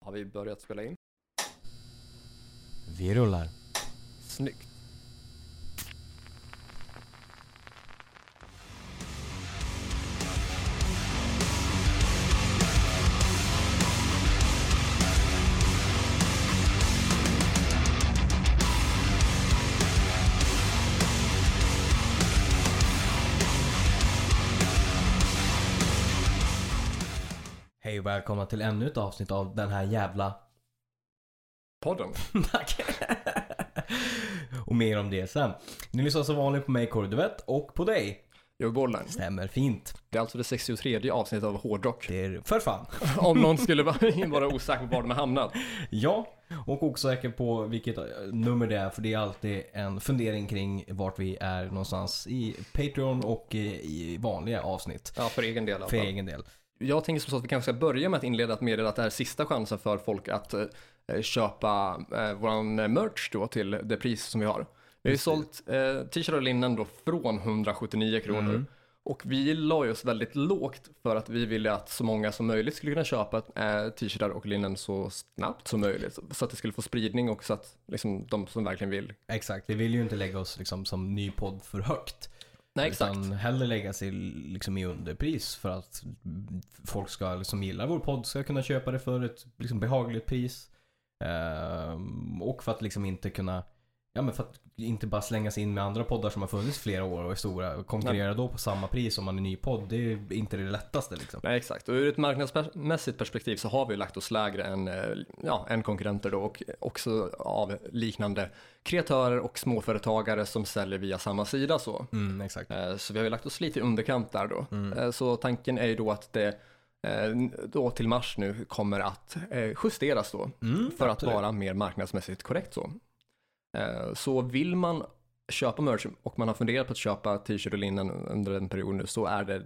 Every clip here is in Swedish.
Har vi börjat spela in? Vi rullar. Snyggt. Hej och välkomna till ännu ett avsnitt av den här jävla... Podden. Tack! och mer om det sen. Ni lyssnar som vanligt på mig Kåre och på dig. Jag är Borderline. Stämmer fint. Det är alltså det 63 avsnittet av Hårdrock. Det är för fan. Om någon skulle vara vara osäker på var den har hamnat. Ja, och osäker på vilket eh, nummer det är för det är alltid en fundering kring vart vi är någonstans i Patreon och eh, i vanliga avsnitt. Ja, för egen del i alla För fall. egen del. Jag tänker som så att vi kanske ska börja med att inleda att meddela att det här är sista chansen för folk att eh, köpa eh, våran merch då till det pris som vi har. Vi har ju sålt eh, t-shirt och linnen då från 179 kronor. Och vi la ju oss väldigt lågt för att vi ville att så många som möjligt skulle kunna köpa eh, t-shirtar och linnen så snabbt som möjligt. Så att det skulle få spridning och så att liksom, de som verkligen vill. Exakt, vi vill ju inte lägga oss liksom som ny podd för högt. Nej, exakt. Utan hellre lägga sig liksom i underpris för att folk ska, som gillar vår podd ska kunna köpa det för ett liksom behagligt pris. Ehm, och för att liksom inte kunna, ja men för att inte bara slängas in med andra poddar som har funnits flera år och är stora och konkurrera då på samma pris om man är ny podd. Det är inte det lättaste liksom. Nej, exakt. Och ur ett marknadsmässigt perspektiv så har vi lagt oss lägre än, eh, ja, än konkurrenter då och också av liknande kreatörer och småföretagare som säljer via samma sida så. Mm, exakt. Eh, Så vi har ju lagt oss lite i underkant där då. Mm. Eh, Så tanken är ju då att det eh, då till mars nu kommer att eh, justeras då Mm, för att absolut. vara mer marknadsmässigt korrekt så. Eh, Så vill man köpa merch och man har funderat på att köpa t-shirt och linnen under en period nu så är det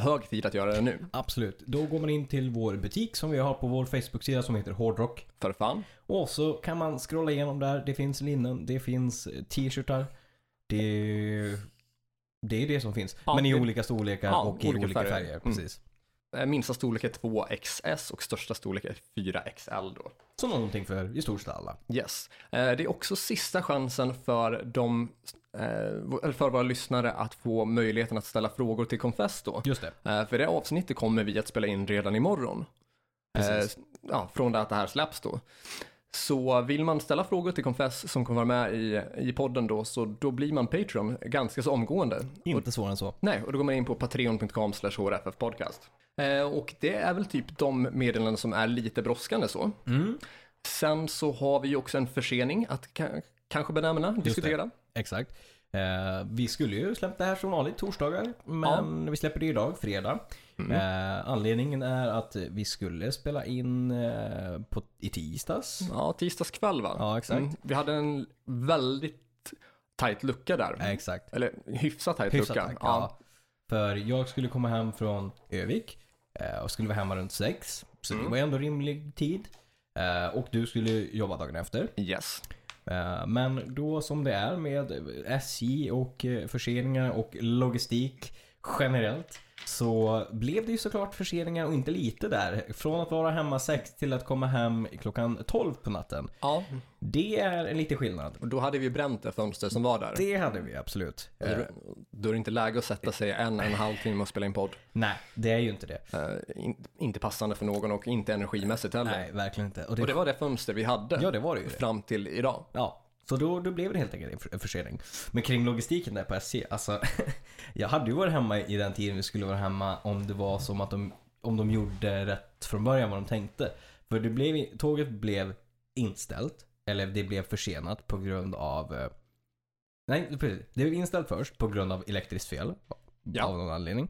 hög tid att göra det nu. Absolut. Då går man in till vår butik som vi har på vår Facebook-sida som heter Hårdrock. För fan. Och så kan man scrolla igenom där. Det finns linnen, det finns eh, t-shirtar. Det, det är det som finns. Ja, Men i det- olika storlekar ja, och i olika olika, färger. färger. Mm. precis. Eh, Minsta storlek är 2XS och största storlek är 4XL då. Så någonting för i stort sett alla. Yes. Eh, Det är också sista chansen för, de, eh, eller för våra lyssnare att få möjligheten att ställa frågor till Confess då. Just det. Eh, För det avsnittet kommer vi att spela in redan imorgon. Eh, Precis. Ja, från det att det här släpps då. Så vill man ställa frågor till Confess som kommer vara med i, i podden då, så då blir man Patreon ganska så omgående. Inte svårare än så. Nej, och då går man in på patreon.com hrffpodcast. Eh, och det är väl typ de meddelanden som är lite brådskande så. Mm. Sen så har vi ju också en försening att ka- kanske benämna, diskutera. Exakt. Eh, vi skulle ju släppt det här som vanligt torsdagar. Men vi släpper det idag, fredag. Mm. Eh, anledningen är att vi skulle spela in eh, på, i tisdags. Ja, tisdagskväll va? Mm. Ja, exakt. Vi hade en väldigt tajt lucka där. Exakt. Eller hyfsat tajt Hyfsat lucka. tack, ja. För jag skulle komma hem från Övik eh, och skulle vara hemma runt sex. Så det var ändå rimlig tid. Eh, Och du skulle jobba dagen efter. Yes. Eh, Men då som det är med SJ och eh, förseningar och logistik generellt. Så blev det ju såklart förseningar och inte lite där. Från att vara hemma sex till att komma hem klockan 12 på natten. Ja, Det är en liten skillnad. och då hade vi ju bränt det fönster som var där. Det hade vi absolut. Eh, Då är det inte läge att sätta sig en, en halv timme och spela in podd. Nej, det är ju inte det. Eh, in, inte passande för någon och inte energimässigt heller. Nej, verkligen inte. Och det var det fönster vi hade Ja, det var det ju. fram till idag. Ja, så då, då blev det helt enkelt en för- en försening. Men kring logistiken där på SJ, alltså. jag hade ju varit hemma i den tiden vi skulle vara hemma om det var som att de, om de gjorde rätt från början vad de tänkte. För det blev, tåget blev inställt, eller det blev försenat på grund av eh, Nej, precis. Det blev inställt först på grund av elektriskt fel. Ja. Av någon anledning.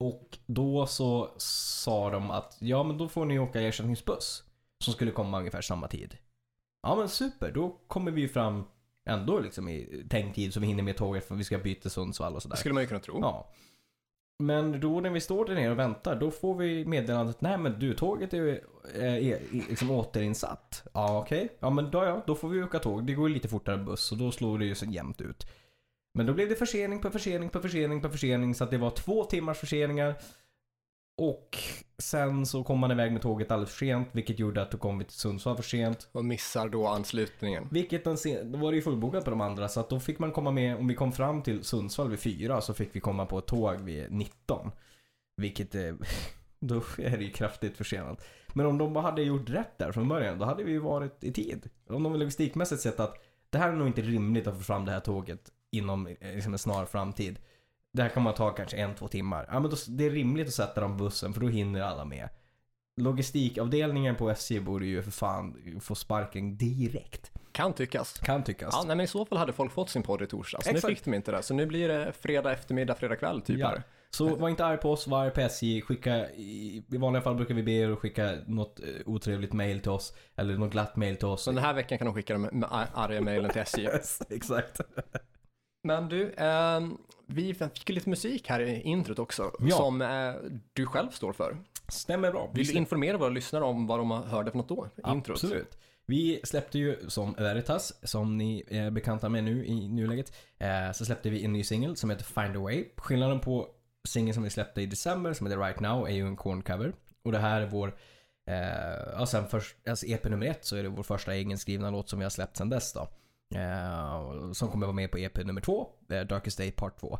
Och då så sa de att ja men då får ni åka ersättningsbuss. Som skulle komma ungefär samma tid. Ja men super, då kommer vi ju fram ändå liksom i tänkt tid så vi hinner med tåget för vi ska byta Sundsvall och sådär. Det skulle man ju kunna tro. Ja. Men då när vi står där nere och väntar, då får vi meddelandet nej men du, tåget är, ju, eh, är liksom återinsatt. Ja okej, ja men då ja, då får vi åka tåg. Det går ju lite fortare än buss och då slår det ju så jämnt ut. Men då blev det försening på försening på försening på försening så att det var två timmars förseningar. Och sen så kom man iväg med tåget alldeles för sent, vilket gjorde att då kom vi till Sundsvall för sent. Och missar då anslutningen. Vilket den sen, då var det ju fullbokat på de andra, så att då fick man komma med, om vi kom fram till Sundsvall vid fyra så fick vi komma på ett tåg vid 19. Vilket, eh, då är det ju kraftigt försenat. Men om de bara hade gjort rätt där från början, då hade vi ju varit i tid. Om de logistikmässigt sett att det här är nog inte rimligt att få fram det här tåget inom eh, liksom en snar framtid. Det här kan man ta kanske en, två timmar. Ja, men då, det är rimligt att sätta dem på bussen för då hinner alla med. Logistikavdelningen på SJ borde ju för fan få sparken direkt. Kan tyckas. Kan tyckas. Typ. Ja, nej, men i så fall hade folk fått sin podd i torsdags. Nu Exakt. fick de inte det, så nu blir det fredag eftermiddag, fredag kväll typ Ja. här. Så var inte arg på oss, var arg på SJ. Skicka, i i vanliga fall brukar vi be er att skicka något eh, otrevligt mail till oss. Eller något glatt mail till oss. Så den här veckan kan de skicka de m- ar- arga mejlen till SJ. Exakt. Men du, ehm, vi fick ju lite musik här i introt också, Ja. som eh, du själv står för. Stämmer bra. Vill du informera våra lyssnare om vad de hörde för något då? Introt. Absolut. Vi släppte ju som Veritas, som ni är bekanta med nu i nuläget, eh, så släppte vi en ny singel som heter Find a Way. Skillnaden på singeln som vi släppte i december, som heter Right Now, är ju en corncover. Och det här är vår, eh, och sen först, alltså EP nummer ett så är det vår första egenskrivna låt som vi har släppt sen dess då. Eh, och som kommer vara med på EP nummer två, eh, Darkest Day Part 2.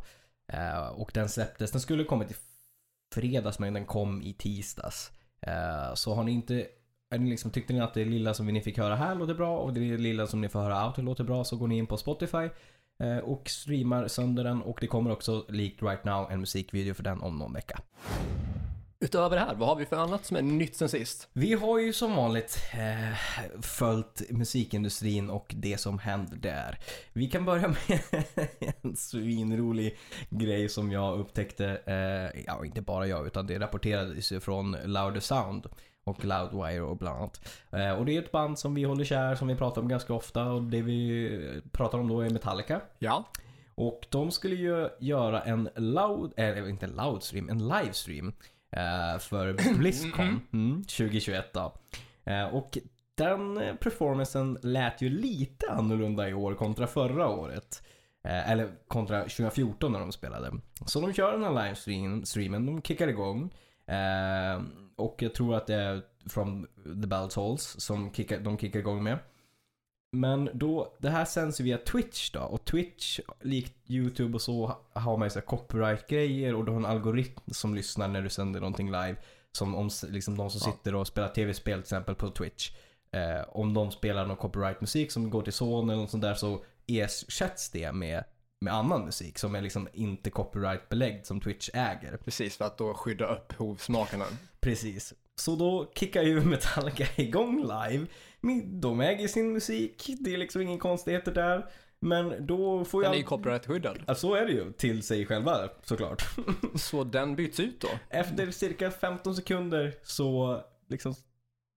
Eh, och den släpptes, den skulle kommit i fredags men den kom i tisdags. Eh, så har ni inte är ni liksom, tyckte ni att det lilla som ni fick höra här låter bra och det lilla som ni får höra out låter bra så går ni in på Spotify eh, och streamar sönder den och det kommer också likt right now en musikvideo för den om någon vecka. Utöver det här, vad har vi för annat som är nytt sen sist? Vi har ju som vanligt eh, följt musikindustrin och det som händer där. Vi kan börja med en svinrolig grej som jag upptäckte, eh, ja inte bara jag utan det rapporterades ju från Louder Sound och Loudwire och bland annat. Eh, och det är ett band som vi håller kär, som vi pratar om ganska ofta och det vi pratar om då är Metallica. Ja, Och de skulle ju göra en loud, eller inte en loudstream, en livestream eh, för Blizzcon mm, 2021 då. Eh, och den eh, performancen lät ju lite annorlunda i år kontra förra året. Eh, eller kontra 2014 när de spelade. Så de kör den här livestreamen, de kickar igång. Eh, och jag tror att det är från The Bell Tolls som kickar, de kickar igång med. Men då, det här sänds ju via Twitch då och Twitch, likt YouTube och så, ha- har man ju så här copyright-grejer och du har en algoritm som lyssnar när du sänder någonting live. Som om s- liksom de som Ja. sitter och spelar tv-spel till exempel på Twitch. Eh, om de spelar någon copyright-musik som går till son eller något sånt där så ersätts det med, med annan musik som är liksom inte copyright-beläggd som Twitch äger. precis, för att då skydda upphovsmakarna. Precis. Så då kickar ju Metallica igång live. Men De äger sin musik, det är liksom ingen konstigheter där. Men då får Den är ju jag... copyrightskyddad, Ja, så är det ju, till sig själva såklart. så den byts ut då. Efter cirka 15 sekunder så liksom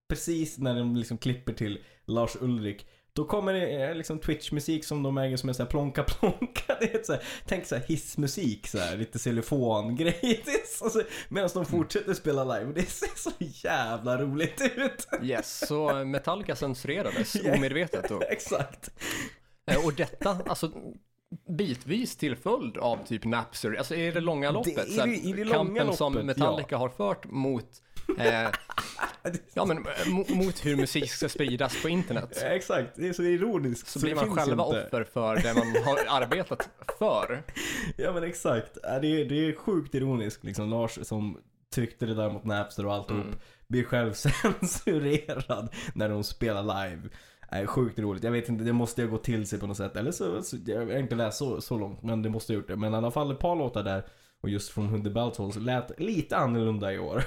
precis när de liksom klipper till Lars Ulrik då kommer det eh, liksom Twitch-musik som de äger som är såhär plonka plonka. Det är så här, tänk såhär hissmusik såhär, lite xylofongrej. Alltså, Medan de fortsätter spela live. Det ser så jävla roligt ut. Yes, så Metallica censurerades Ja. omedvetet då. Exakt. Eh, Och detta, alltså bitvis till följd av typ Napster, alltså i det långa loppet. Det- i så här, det- i det långa kampen som loppet, Metallica har fört mot, eh, ja, men, eh, mo- mot hur musik ska spridas på internet. Exakt, det är så ironiskt. Så, blir det man finns själva inte. offer för det man har arbetat för. Ja men exakt. Ja, Det är, det är sjukt ironiskt liksom. Lars som tryckte det där mot Napster och alltihop blir själv censurerad när de spelar live. Är sjukt roligt. Jag vet inte, det måste ju gå till sig på något sätt. Eller så, så jag har inte läst så, så långt men det måste ha gjort det. Men i alla fall ett par låtar där och just från Hunde Baltholz lät lite annorlunda i år.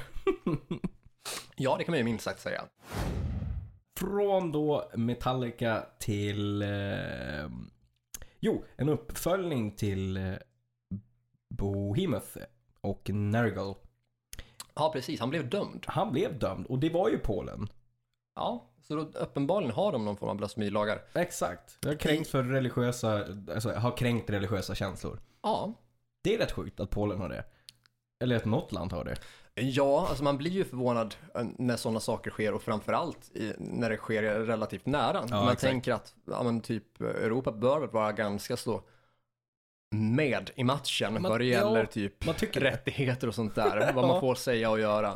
Ja, det kan man ju minst sagt säga. Från då Metallica till... Eh, jo, en uppföljning till eh, Bohemoth och Nergal. Ja, precis, han blev dömd. Han blev dömd och det var ju Polen. Ja, så då, uppenbarligen har de någon form av blasfemilagar. Exakt. Jag har kränkt för religiösa, alltså har kränkt religiösa känslor. Ja, Det är rätt sjukt att Polen har det. Eller att något land har det. Ja, alltså man blir ju förvånad eh, när sådana saker sker och framförallt i, när det sker relativt nära. man exakt. eh, tänker att ja, men typ Europa bör väl vara ganska så med i matchen Men- vad det gäller ja, typ man tycker det. rättigheter och sånt där. Vad man Ja. får säga och göra.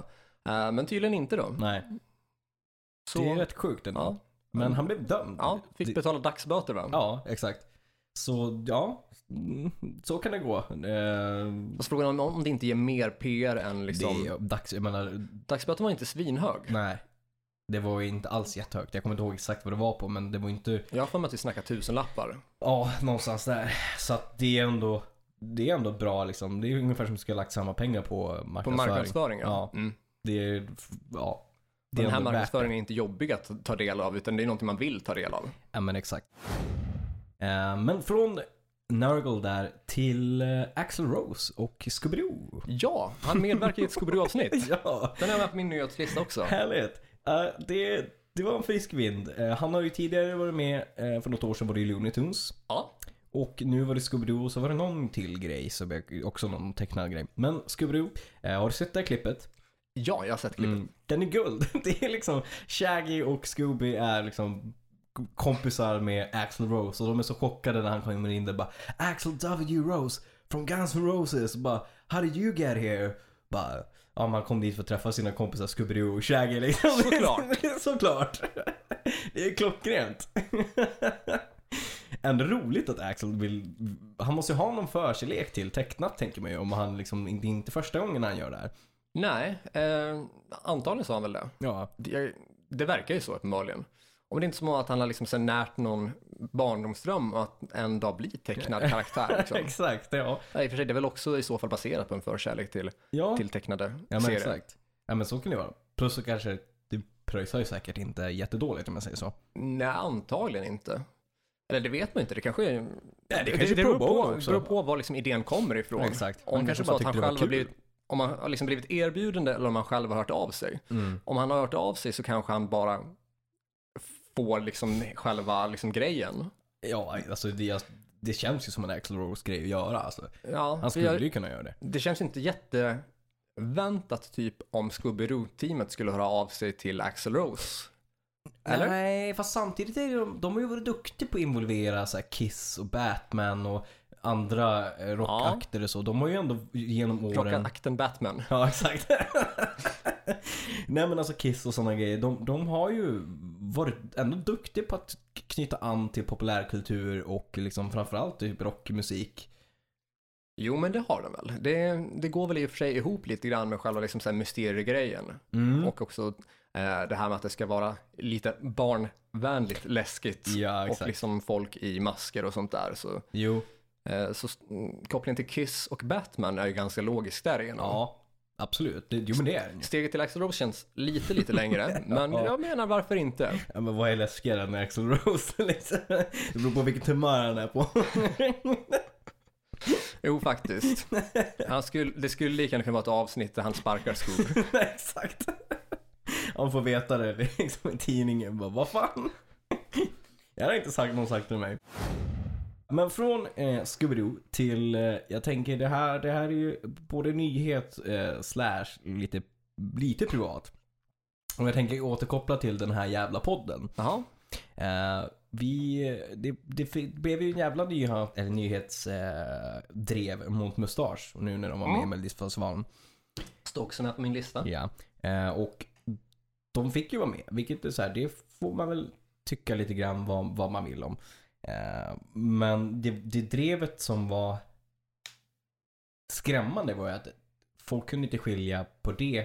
Eh, Men tydligen inte då. Nej, Så, det är rätt sjukt ändå. ja, Men han blev dömd. ja, Det- fick betala dagsböter va? ja, exakt. Så ja, mm, så kan det gå. Eh, Fast frågan är om- om det inte ger mer PR än Det liksom. är dags, jag menar, Dagsböter var inte svinhög. nej. Det var ju inte alls jättehögt. Jag kommer inte ihåg exakt vad det var på, men det var ju inte, Jag har för mig att vi snackar tusenlappar. ja, någonstans där. Så att det är ändå, det är ändå bra liksom. Det är ju ungefär som att du ska ha lagt samma pengar på På marknadsföring. marknadsföring ja. Ja. Mm. Det är, ja. Det är Den här ändå värt det. marknadsföringen är inte jobbig att ta del av utan det är någonting man vill ta del av. Ja men exakt. Eh, men från Nurgle där till eh, Axl Rose och Scooby-Doo. Ja, han medverkar i ett Scooby-Doo-avsnitt. Ja. Den är med på min nyhetslista också. Härligt. Eh, det, det var en frisk vind. Eh, han har ju tidigare varit med, eh, för något år sedan var det ju Looney Tunes. Ja, Och nu var det Scooby-Doo och så var det någon till grej, som jag, också någon tecknad grej. Men Scooby-Doo, eh, har du sett det här klippet? ja jag har sett klippet. Den är guld. Det är liksom Shaggy och Scooby är liksom kompisar med Axl Rose och de är så chockade när han kommer in där bara Axl W Rose from Guns N' Roses och bara How did you get here? Bara, ja man kom dit för att träffa sina kompisar Scooby-Doo och Shaggy liksom. Såklart. Såklart. Det är klockrent. Ändå roligt att Axel vill, han måste ju ha någon förkärlek till tecknat tänker man ju om han liksom, det är inte första gången han gör det här. Nej, eh, antagligen sa han väl det. Ja, det. Det verkar ju så uppenbarligen. Om det inte är som att han har liksom så närt någon barndomsdröm att en dag bli tecknad karaktär. Liksom. Exakt, ja. Nej, i och för sig, det är väl också i så fall baserat på en förkärlek till, Ja, till tecknade ja men serier. exakt. Ja men så kan det vara. Plus så kanske det pröjsar ju säkert inte jättedåligt om jag säger så. Nej, antagligen inte. Eller det vet man inte, det kanske är... det kanske är beror pro på, bono också. beror på var liksom idén kommer ifrån. Ja, exakt. Om det Han är kanske så bara att han tyckte det var själv har kul. blivit, om han har liksom blivit erbjudande eller om han själv har hört av sig. Mm. Om han har hört av sig så kanske han bara får liksom själva liksom grejen. Ja, alltså det, det känns ju som en Axl Rose grej att göra alltså. Ja, Han för skulle jag, ju kunna göra det. det känns inte jätteväntat typ om Scooby-Doo-teamet skulle höra av sig till Axel Rose. Eller? Nej, fast samtidigt är det, de, de har ju varit duktiga på att involvera så här, Kiss och Batman och andra eh, rockakter och så. De har ju ändå genom åren... Klockan akten Batman. Ja, exakt. Nej men alltså Kiss och sådana grejer, de, de har ju varit ändå duktiga på att k- knyta an till populärkultur och liksom framförallt typ rockmusik. Jo, men det har de väl. Det, det går väl i och för sig ihop lite grann med själva liksom så här mysteriegrejen. Mm. Och också eh, det här med att det ska vara lite barnvänligt läskigt. Ja, och exakt. liksom folk i masker och sånt där. Så, Jo. eh, så mm, kopplingen till Kiss och Batman är ju ganska logisk därigenom. Ja, absolut. Det, jo men det är den ju. Steget till Axl Rose känns lite, lite längre, men jag menar varför inte? Ja, men vad är läskigare än Axl Rose liksom? Det beror på vilket humör han är på. Jo, faktiskt. Han skulle, det skulle lika gärna kunna vara ett avsnitt där han sparkar Scoob. Nej, exakt. Han får veta det liksom i tidningen. Bara, vad fan? Jag har inte sagt någon sagt till mig. Men från eh, Scooby-Doo till, eh, jag tänker det här, det här är ju både nyhet eh, slash lite, lite privat. Och jag tänker återkoppla till den här jävla podden. Jaha, Eh, vi, det, det fi- blev ju en jävla nyha, eller nyhetsdrev eh, drev mot Mustasch nu när de var med i Mm. Melodifestivalen. står också med på min lista. Ja, eh, och de fick ju vara med, vilket är så här, det får man väl tycka lite grann vad, vad man vill om. Eh, men det, det drevet som var skrämmande var ju att folk kunde inte skilja på det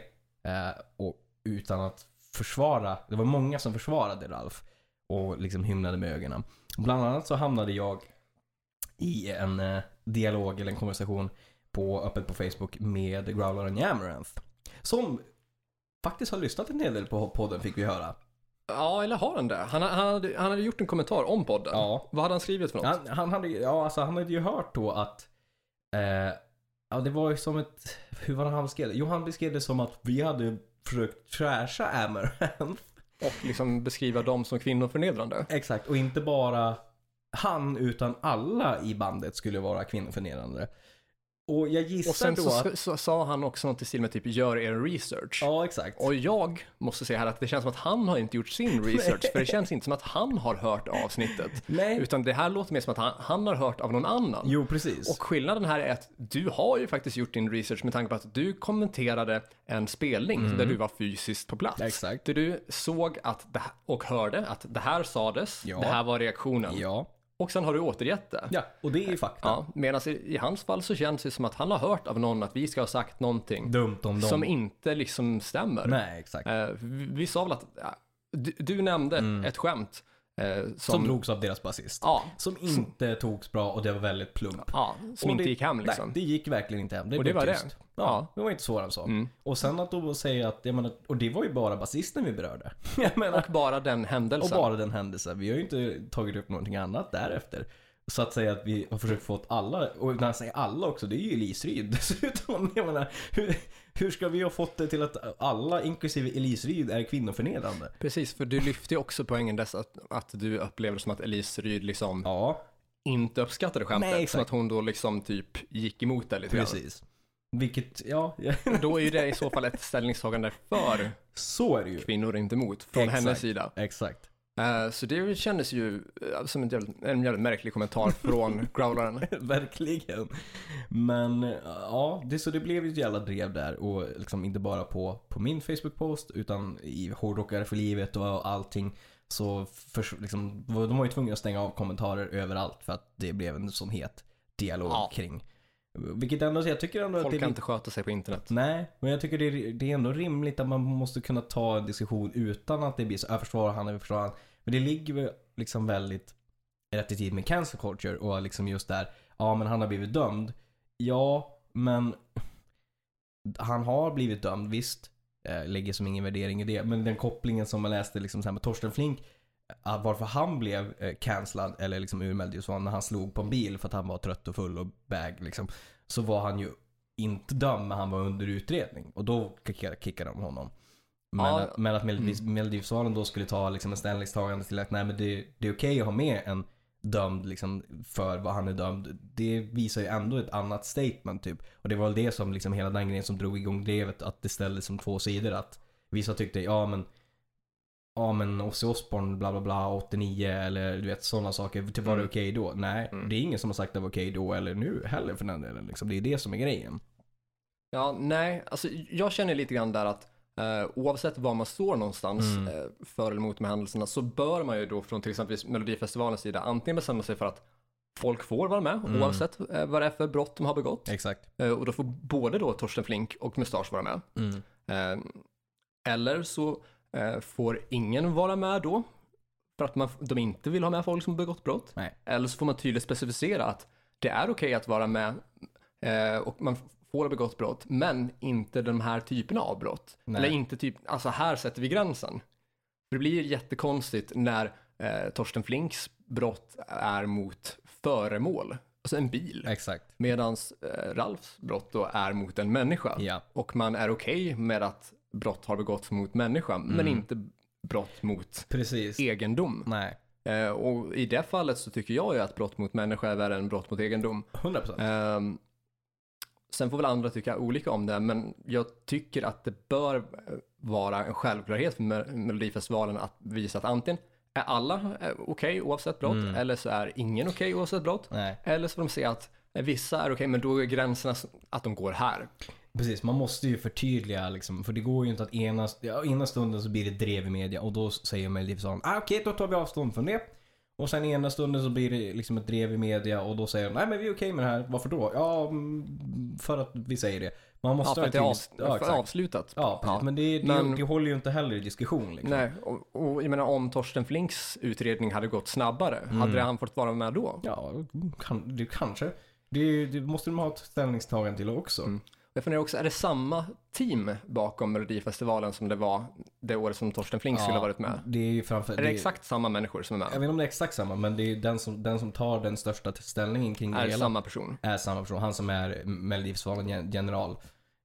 eh, och, utan att försvara, det var många som försvarade Ralf och liksom hymnade med ögonen. Bland annat så hamnade jag i en eh, dialog eller en konversation på, öppet på Facebook med Growler och Amaranth. Som faktiskt har lyssnat en hel del på podden fick vi höra. Ja, eller har han det? Han, han, hade, han hade gjort en kommentar om podden. Ja. Vad hade han skrivit för något? Han, han, hade, ju- ja, alltså, han hade ju hört då att eh, Ja det var ju som ett, hur var det han beskrev det? Jo han beskrev det som att vi hade försökt trasha Amaranth. Och liksom beskriva dem som kvinnoförnedrande. Exakt, och inte bara han utan alla i bandet skulle vara kvinnoförnedrande. Och jag Och gissar sen då så, att... så, så sa han också något i stil med typ gör er research. Ja, exakt. Och jag måste säga här att det känns som att han har inte gjort sin research, för det känns inte som att han har hört avsnittet. Nej. Utan det här låter mer som att han, han har hört av någon annan. Jo, precis. Och skillnaden här är att du har ju faktiskt gjort din research med tanke på att du kommenterade en spelning där du var fysiskt på plats. Mm. Exakt. Där du såg att det, här- och hörde att det här sades, Ja. det här var reaktionen. ja. Och sen har du återgett det. ja, och det är ju fakta. Ja, Medan i, i hans fall så känns det som att han har hört av någon att vi ska ha sagt någonting Dumt om dem. som inte liksom stämmer. Nej, exakt. Eh, vi, vi sa väl att ja, du, du nämnde ett skämt eh, som, Mm. Som drogs av deras basist. ja, Som inte togs bra och det var väldigt plump. ja, som Och inte det, gick hem liksom. Nej, det gick verkligen inte hem. Det Och blev det var det. tyst. Ja, Mm. Ja. det var inte svårare än så. Och sen att då säga att, jag menar, och det var ju bara basisten vi berörde. Jag menar, Och bara den och händelsen. bara den händelsen. Vi har ju inte tagit upp någonting annat därefter. Så att säga att vi har försökt få åt alla, och när jag säger alla också, det är ju Elisryd dessutom. Jag menar, hur, hur ska vi ha fått det till att alla, inklusive Elisryd, är kvinnoförnedrande? Precis, för du lyfte ju också poängen dess att, att du upplevde som att Elise Ryd liksom Ja, inte uppskattade skämtet. Nej, exakt. som att hon då liksom typ gick emot det lite grann. precis. Vilket, ja, Då är ju det i så fall ett ställningstagande för så är det ju. kvinnor, inte mot, från Exakt. hennes sida. Exakt. Eh, så det kändes ju eh, som en jävligt, en jävligt märklig kommentar från growlaren. Verkligen. Men ja, det, så det blev ju ett jävla drev där och liksom inte bara på, på min Facebook-post utan i Hårdrockare för livet och allting. Så för, liksom, de var ju tvungna att stänga av kommentarer överallt för att det blev en sån het dialog Ja. kring. Vilket ändå, jag tycker ändå att det Folk är kan inte sköta sig på internet. Nej, men jag tycker det är, det är ändå rimligt att man måste kunna ta en diskussion utan att det blir så jag försvarar han, jag försvarar han. Men det ligger väl liksom väldigt rätt i tid med cancel culture och liksom just där, ja men han har blivit dömd. Ja, men han har blivit dömd, visst. Eh, lägger som ingen värdering i det. Men den kopplingen som man läste liksom så här med Torsten Flink att varför han blev eh, cancellad eller liksom urmäld just var när han slog på en bil för att han var trött och full och bag liksom. Så var han ju inte dömd men han var under utredning och då kickade kickade de honom. Men, Ja. att, men att Melodis- Melodifestivalen då skulle ta liksom en ställningstagande till att nej men det, det är okej att ha med en dömd liksom för vad han är dömd. Det visar ju ändå ett annat statement typ. Och det var väl det som liksom hela den grejen som drog igång drevet att det ställdes som två sidor att vissa tyckte ja men ja men Ozzy Osbourne bla bla bla 89 eller du vet sådana saker. Typ, var det Mm. okej då? Nej, Mm. det är ingen som har sagt att det var okej då eller nu heller för den delen. Liksom. Det är det som är grejen. Ja, nej, alltså jag känner lite grann där att eh, oavsett var man står någonstans Mm. eh, för eller mot med händelserna så bör man ju då från till exempel Melodifestivalens sida antingen bestämma sig för att folk får vara med Mm. oavsett eh, vad det är för brott de har begått. Exakt. Eh, och då får både då Torsten Flink och Mustasch vara med. Mm. Eh, eller så eh, får ingen vara med då för att man, de inte vill ha med folk som begått brott. Nej. Eller så får man tydligt specificera att det är okej att vara med eh, och man får ha begått brott, men inte de här typerna av brott. Nej. Eller inte typ, alltså här sätter vi gränsen. För det blir jättekonstigt när eh, Torsten Flinks brott är mot föremål, alltså en bil, Exakt. medan eh, Ralfs brott då är mot en människa. Ja. Och man är okej med att brott har begåtts mot människa, men Mm. inte brott mot Precis. E- egendom. Nej. Eh, och i det fallet så tycker jag ju att brott mot människa är värre än brott mot egendom. 100 procent. Ehm, sen får väl andra tycka olika om det, men jag tycker att det bör eh, vara en självklarhet för Mel- Melodifestivalen att visa att antingen är alla eh, okej oavsett brott, eller så är ingen okej oavsett brott. Mm. Nej. Eller så får de säga att eh, vissa är okej, men då är gränserna s- att de går här. Precis, man måste ju förtydliga liksom, för det går ju inte att ena, ja, ena stunden så blir det drev i media och då säger Melodifestivalen ah, okej då tar vi avstånd från det. Och sen ena stunden så blir det liksom ett drev i media och då säger de nej men vi är okej med det här, varför då? Ja, mm, för att vi säger det. Man måste Ja, för ha att det är en avs- tydlig- ja, för exakt. avslutat. Ja, precis. Men, det, det, Men- det håller ju inte heller i diskussion. Liksom. Nej, och, och jag menar om Torsten Flinks utredning hade gått snabbare, Mm. hade han fått vara med då? Ja, kan, det kanske. Det, det måste de ha ett ställningstagande till också. Jag funderar också, är det samma team bakom Melodifestivalen som det var det året som Torsten Flink skulle ha varit med? Det är ju framför... Är det exakt samma människor som är Jag med? vet inte om det är exakt samma, men det är den som, den som tar den största ställningen kring det Är det hela samma person? är samma person. Han som är Melodifestivalen gen- general. Eh,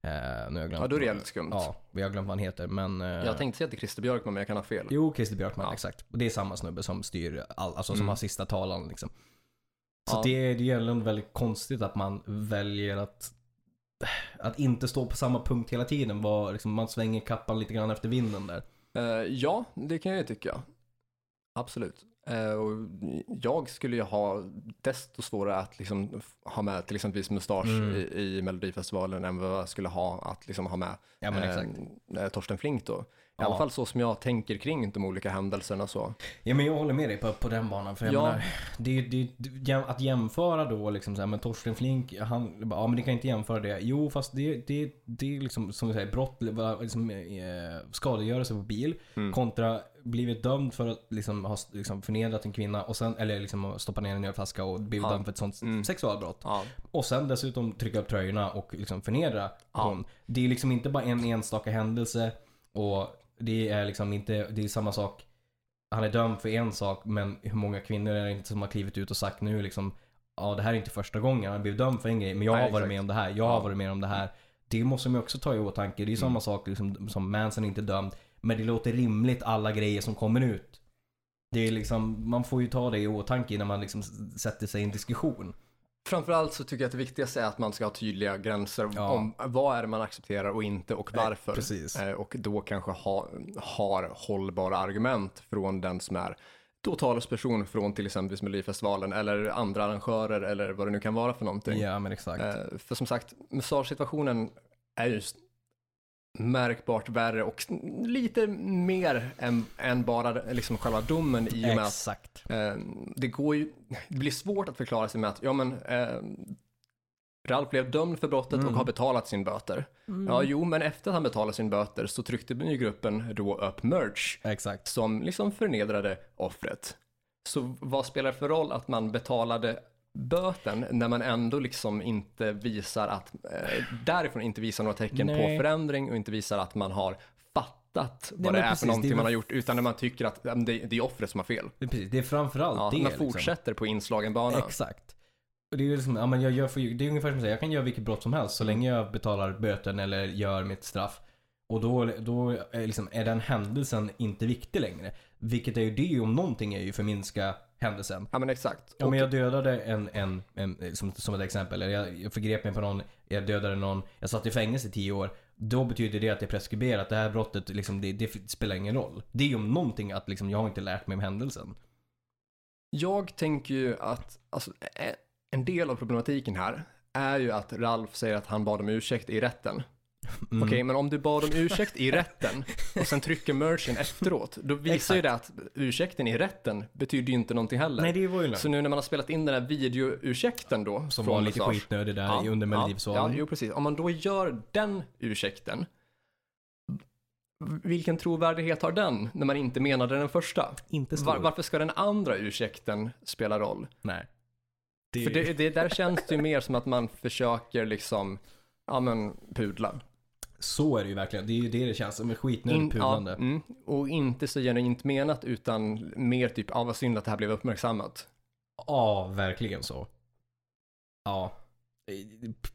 nu har jag glömt. Ja, då är det jävligt skumt. Ja, vi har glömt vad han heter, men... eh, Jag tänkte säga att det är Christer Björkman, men jag kan ha fel. Jo, Christer Björkman, Ja. exakt. Och det är samma snubbe som styr, all, alltså som Mm. har sista talan liksom. Så Ja. det, det är ändå väldigt konstigt att man väljer att att inte stå på samma punkt hela tiden var liksom, man svänger kappan lite grann efter vinden där. Eh, ja, det kan jag ju tycka. Absolut. Eh, och jag skulle ju ha desto svårare att liksom f- ha med till exempelvis mustasch Mm. i, i Melodifestivalen än vad jag skulle ha att liksom ha med Ja men eh, exakt. eh, Torsten Flink då. I Ja. alla fall så som jag tänker kring de olika händelserna så. Ja men jag håller med dig på, på den banan. För jag Ja. menar, det, är ju- det, är ju- jäm- att jämföra då liksom så här, men Torsten Flink, han bara, ja men ni kan inte jämföra det. Jo fast det, det, det är liksom som du säger brott, va, liksom, eh, skadegörelse på bil Mm. kontra blivit dömd för att liksom, ha liksom, förnedrat en kvinna och sen, eller liksom stoppa ner en ölflaska och blivit Ja. dömd för ett sånt Mm. sexualbrott. Ja. Och sen dessutom trycka upp tröjorna och liksom förnedra Ja. hon. Det är liksom inte bara en enstaka händelse och det är liksom inte, det är samma sak. Han är dömd för en sak men hur många kvinnor är det inte som har klivit ut och sagt nu liksom Ja det här är inte första gången han blev dömd för en grej men jag Nej, har varit exakt. med om det här, jag har varit med om det här. Det måste man ju också ta i åtanke. Det är ju samma sak liksom, som Manson är inte dömd men det låter rimligt alla grejer som kommer ut. Det är liksom, man får ju ta det i åtanke när man liksom s- sätter sig i en diskussion. Framförallt så tycker jag att det viktigaste är att man ska ha tydliga gränser Ja. om vad är det man accepterar och inte och varför. precis. Eh, Och då kanske ha, har hållbara argument från den som är då talesperson från till exempel Melodifestivalen eller andra arrangörer eller vad det nu kan vara för någonting. Ja men exakt. Eh, För som sagt, massagesituationen är just märkbart värre och s- lite mer än, än bara liksom själva domen i och med att Exakt. Eh, det, går ju, det blir svårt att förklara sig med att ja, men, eh, Ralf blev dömd för brottet Mm. och har betalat sin böter. Ja, jo, men efter att han betalade sin böter så tryckte ju gruppen då upp merch Exakt. som liksom förnedrade offret. Så vad spelar det för roll att man betalade böten när man ändå liksom inte visar att, eh, därifrån inte visar några tecken Nej. på förändring och inte visar att man har fattat vad men det är precis, för det är någonting väl- man har gjort utan när man tycker att ja, men det, det är offret som har fel. Precis, det är framförallt Ja, det. man liksom. fortsätter på inslagen bana. Exakt. Och det är ju liksom, ja, men jag gör för, det är ungefär som att säga, jag kan göra vilket brott som helst så länge jag betalar böten eller gör mitt straff. Och då, då är, liksom, är den händelsen inte viktig längre. Vilket är ju det om någonting är ju förminska händelsen. ja, men exakt. Ja, Och- men jag dödade en, en, en som, som ett exempel, eller jag, jag förgrep mig på någon, jag dödade någon, jag satt i fängelse i tio år. Då betyder det att det är preskriberat, det här brottet, liksom, det, det spelar ingen roll. Det är ju om någonting att liksom, jag har inte lärt mig om händelsen. Jag tänker ju att alltså, e- en del av problematiken här är ju att Ralf säger att han bad om ursäkt i rätten. Mm. Okej, men om du bad om ursäkt i rätten och sen trycker merchen efteråt, då visar ju det att ursäkten i rätten betyder ju inte någonting heller. Nej, det var ju lögn. Så nu när man har spelat in den här videoursäkten då, Som från var lite Massage- skitnödig där Ja, under Ja, Melodifestivalen. ja, jo precis. Om man då gör den ursäkten, vilken trovärdighet har den när man inte menade den första? inte Var, varför ska den andra ursäkten spela roll? Nej. För det, det, där känns det ju mer som att man försöker liksom, ja men pudla. Så är det ju verkligen. Det är ju det det känns som. Ett skitnödigt In- pudlande. Ja, mm, och inte så genuint menat utan mer typ, ja vad synd att det här blev uppmärksammat. Ja, verkligen så. Ja.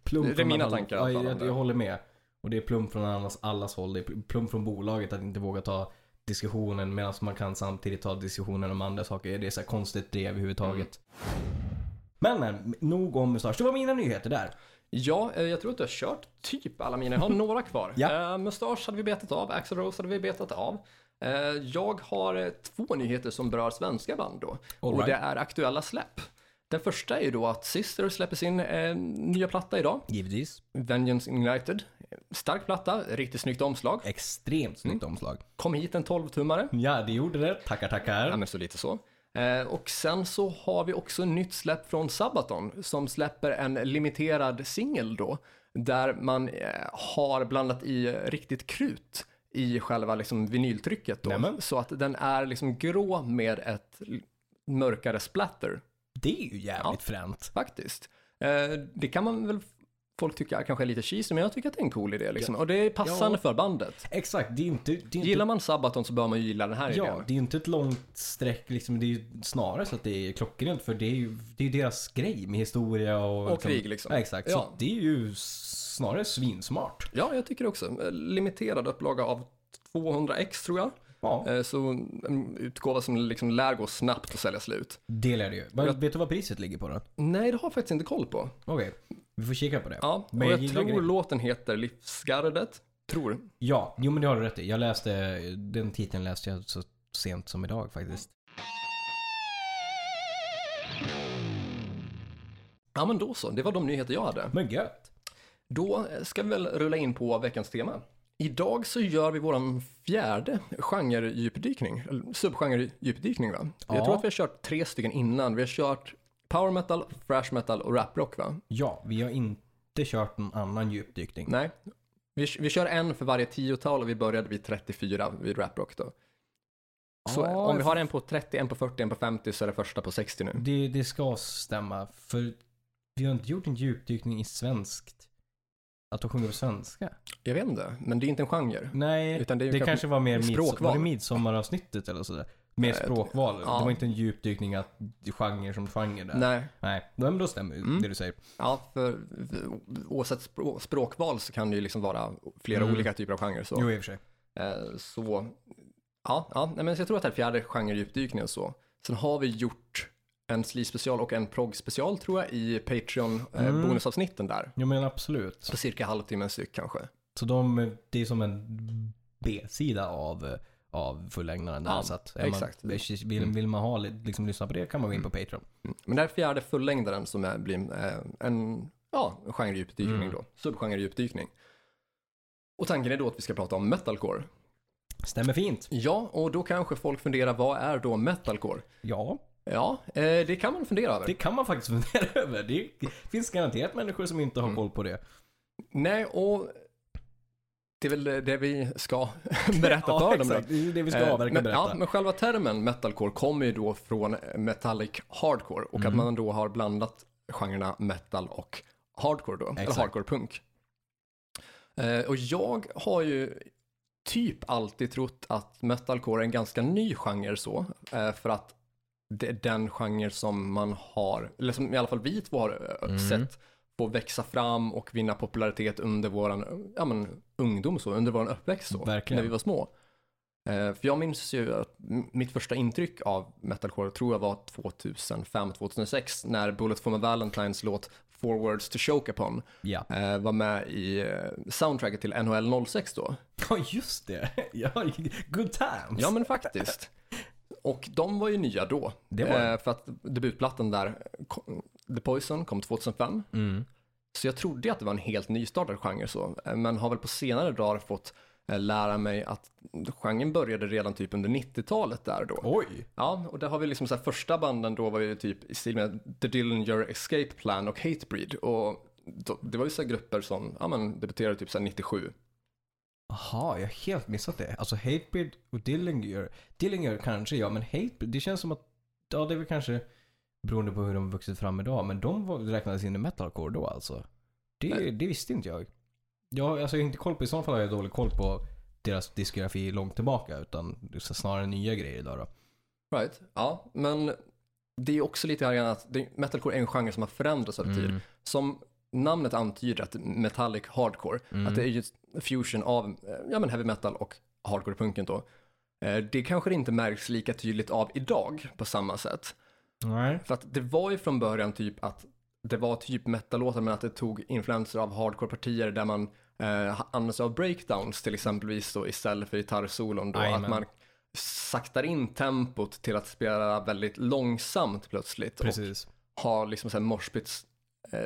Plump Det är från mina alla- tankar i alla Ja, fall om jag, det. jag håller med. Och det är plump från allas, allas håll. Det är plump från bolaget att inte våga ta diskussionen medan man kan samtidigt ta diskussionen om andra saker. Det är så här konstigt drev överhuvudtaget. Mm. Men, men, nog om mustasch. Det var mina nyheter där. Ja, eh, jag tror att du har kört typ alla mina. Jag har några kvar. Ja. Eh, Mustasch hade vi betat av, Axel Rose hade vi betat av. Eh, jag har eh, två nyheter som berör svenska band då. och right. det är aktuella släpp. Den första är ju då att Sister släpper sin eh, nya platta idag, Givetvis. Vengeance United. Stark platta, riktigt snyggt omslag. Extremt snyggt Mm. omslag. Kom hit en 12-tummare. Ja, det gjorde det. Tackar, Ja, tackar. men så lite så. Eh, och sen så har vi också nytt släpp från Sabaton som släpper en limiterad singel då där man eh, har blandat i eh, riktigt krut i själva liksom vinyltrycket då. Nämen. Så att den är liksom grå med ett l- mörkare splatter Det är ju jävligt fränt. faktiskt. Eh, det kan man väl folk tycka kanske är lite cheesy men jag tycker att det är en cool idé liksom. Och det är passande för bandet. Exakt, det är inte... Det är Gillar man Sabaton så bör man ju gilla den här inte ja, idén. det är inte ett långt streck liksom. Det är ju snarare så att det är klockrent för det är ju det är ju deras grej med historia och... Och krig, liksom. Ja, exakt. Ja. Så det är ju snarare svinsmart. Ja, jag tycker det också. Eh, Limiterad upplaga av 200 ex tror jag. Ja, Eh, Så en utgåva som liksom lär gå snabbt att sälja slut. det lär det ju. Men, Vet du vad priset ligger på då? Nej, det har jag faktiskt inte koll på. Okej. Vi får kika på det. Ja, Men och jag jag, gillar tror grejen. låten heter Livsgardet. Tror. Ja, jo men det har du rätt i. Jag läste, den titeln läste jag så sent som idag faktiskt. Ja, men då så. Det var de nyheter jag hade. Men gött. Då eh, ska vi väl rulla in på veckans tema. Idag så gör vi vår fjärde genre-djupdykning, eller subgenre-djupdykning va? Ja. Jag tror att vi har kört tre stycken innan. Vi har kört power metal, thrash metal och raprock va? Ja, vi har inte kört någon annan djupdykning. Nej, vi, vi kör en för varje tiotal och vi började vid 34 vid raprock då. Så Ja, om vi jag- har en på 30, en på 40, en på 50 så är det första på 60 nu. Det, det ska stämma, för vi har inte gjort en djupdykning i svenskt. Att de sjunger på svenska? Jag vet inte, men det är inte en genre. Nej, Utan det är det ju kanske, kanske var mer midsom- språkval. var det midsommaravsnittet eller sådär. Nej, Mer jag- språkval. ja. Det var inte en djupdykning att genre som genre där. Nej, Nej, men då stämmer ju Mm. det du säger. ja, för oavsett språ- språkval så kan det ju liksom vara flera Mm. olika typer av genrer. Så. Jo, i och för sig. Eh, Så, ja, ja nej, men jag tror att det här är fjärde genredjupdykningen och så. Sen har vi gjort en SLI-special och en PROG-special tror jag i Mm. Patreon-bonusavsnitten där. Jo, men absolut. På cirka halvtimmen styck kanske. Så de, det är som en B-sida av, av fullängdaren där. Ja, så att är man, exakt. Mm. Vill, vill man ha, li- liksom, lyssna på det kan man gå in på Patreon. Men det här är fjärde fullängdaren som är, blir eh, en ja, genredjupdykning Mm. då, subgenredjupdykning. Och tanken är då att vi ska prata om metalcore. Stämmer fint. Ja, och då kanske folk funderar, vad är då metalcore? Ja, Ja, eh, det kan man fundera över. det kan man faktiskt fundera över. Det är- finns garanterat människor som inte Mm. har koll på det. Nej, och det är väl det vi ska berätta Ja, för dem då. exakt. Det är det vi ska Eh, avverka och men, berätta. ja, men själva termen metalcore kommer ju då från metallic hardcore och Mm. att man då har blandat genrerna metal och hardcore då, Exakt. eller hardcore punk. Eh, och jag har ju typ alltid trott att metalcore är en ganska ny genre så, eh, för att det är den genre som man har, eller som i alla fall vi två har eh, sett få växa fram och vinna popularitet under våran ja, men, ungdom så, under våran uppväxt så, Verkligen. när vi var små. Eh, för jag minns ju att m- mitt första intryck av metalcore tror jag var 2005-2006 när Bullet for my Valentines låt Four Words to Choke Upon Ja, eh, var med i eh, soundtracket till NHL 06 då. ja just det. Ja, good times. Ja men faktiskt. Och de var ju nya då. Det var de. Eh, För att debutplattan där, kom- The Poison, kom 2005. Mm. Så jag trodde ju att det var en helt nystartad genre så, eh, men har väl på senare dagar fått eh, lära mig att genren började redan typ under 90-talet där då. Oj. Ja, och där har vi liksom så här, första banden då var ju typ i stil med The Dillinger Escape Plan och Hatebreed. Och då, det var ju så här grupper som, ja men debuterade typ så här 97. Jaha, jag har helt missat det. Alltså Hatebreed och Dillinger. Dillinger kanske ja, men Hatebreed, det känns som att, ja det är väl kanske beroende på hur de vuxit fram idag, men de var, räknades in i metalcore då alltså. Det, det visste inte jag. Jag, alltså, jag har inte koll på, i så fall har jag dålig koll på deras diskografi långt tillbaka, utan det är snarare nya grejer idag då. Right. Ja, men det är också lite här grann att det, metalcore är en genre som har förändrats över tid. Som namnet antyder att metallic hardcore, att det är just fusion av eh, ja, men heavy metal och hardcore-punken då. Eh, Det kanske det inte märks lika tydligt av idag på samma sätt. Nej. För att det var ju från början typ att det var typ metalåtar men att det tog influenser av hardcore-partier där man eh, använde sig av breakdowns till exempelvis då istället för gitarrsolon då. Jajamän. Att man saktar in tempot till att spela väldigt långsamt plötsligt Precis. och ha liksom så här moshpits eh,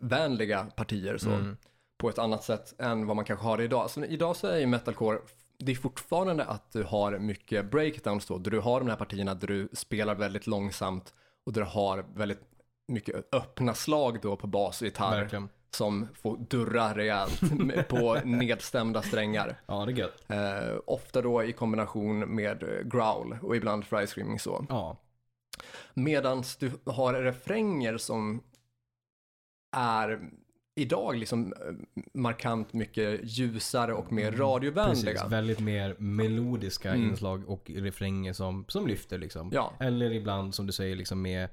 vänliga partier så på ett annat sätt än vad man kanske har det idag. Så idag så är ju metalcore, det är fortfarande att du har mycket breakdowns då, där du har de här partierna där du spelar väldigt långsamt och där du har väldigt mycket öppna slag då på bas och gitarr Verkligen. som får durra rejält med- på nedstämda strängar. Ja, det är gött. Eh, ofta då i kombination med eh, growl och ibland fry screaming så. Ja. Medan du har refränger som är idag liksom eh, markant mycket ljusare och mer Mm, Precis, radiovänliga. väldigt mer melodiska inslag och refränger som, som lyfter liksom. Mm. Ja. Eller ibland som du säger liksom med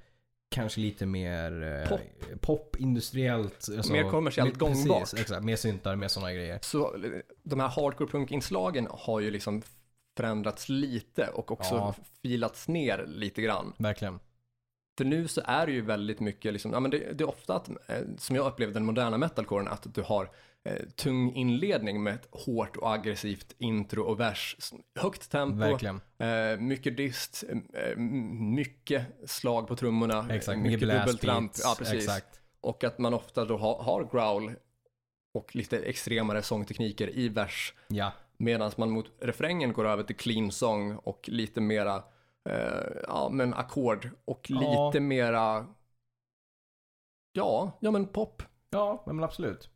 kanske lite mer eh, pop industriellt. alltså, Mer kommersiellt med- gångbart. Precis, exakt. Mer syntar, mer sådana grejer. Så eh, de här hardcore punk-inslagen har ju liksom förändrats lite och också Ja. filats ner lite grann. Verkligen. För nu så är det ju väldigt mycket, liksom, ja, men det, det är ofta att, eh, som jag upplever den moderna metalcoren, att du har eh, tung inledning med ett hårt och aggressivt intro och vers, s- högt tempo, Verkligen. eh, mycket dist, eh, mycket slag på trummorna, Exakt. eh, Mycket blast dubbeltramp. beats. Ja, precis. Exakt. Och att man ofta då har, har growl och lite extremare sångtekniker i vers Ja. Medan man mot refrängen går över till clean song och lite mera, eh, ja men ackord och Ja. lite mera, ja, ja men pop. Ja, men absolut.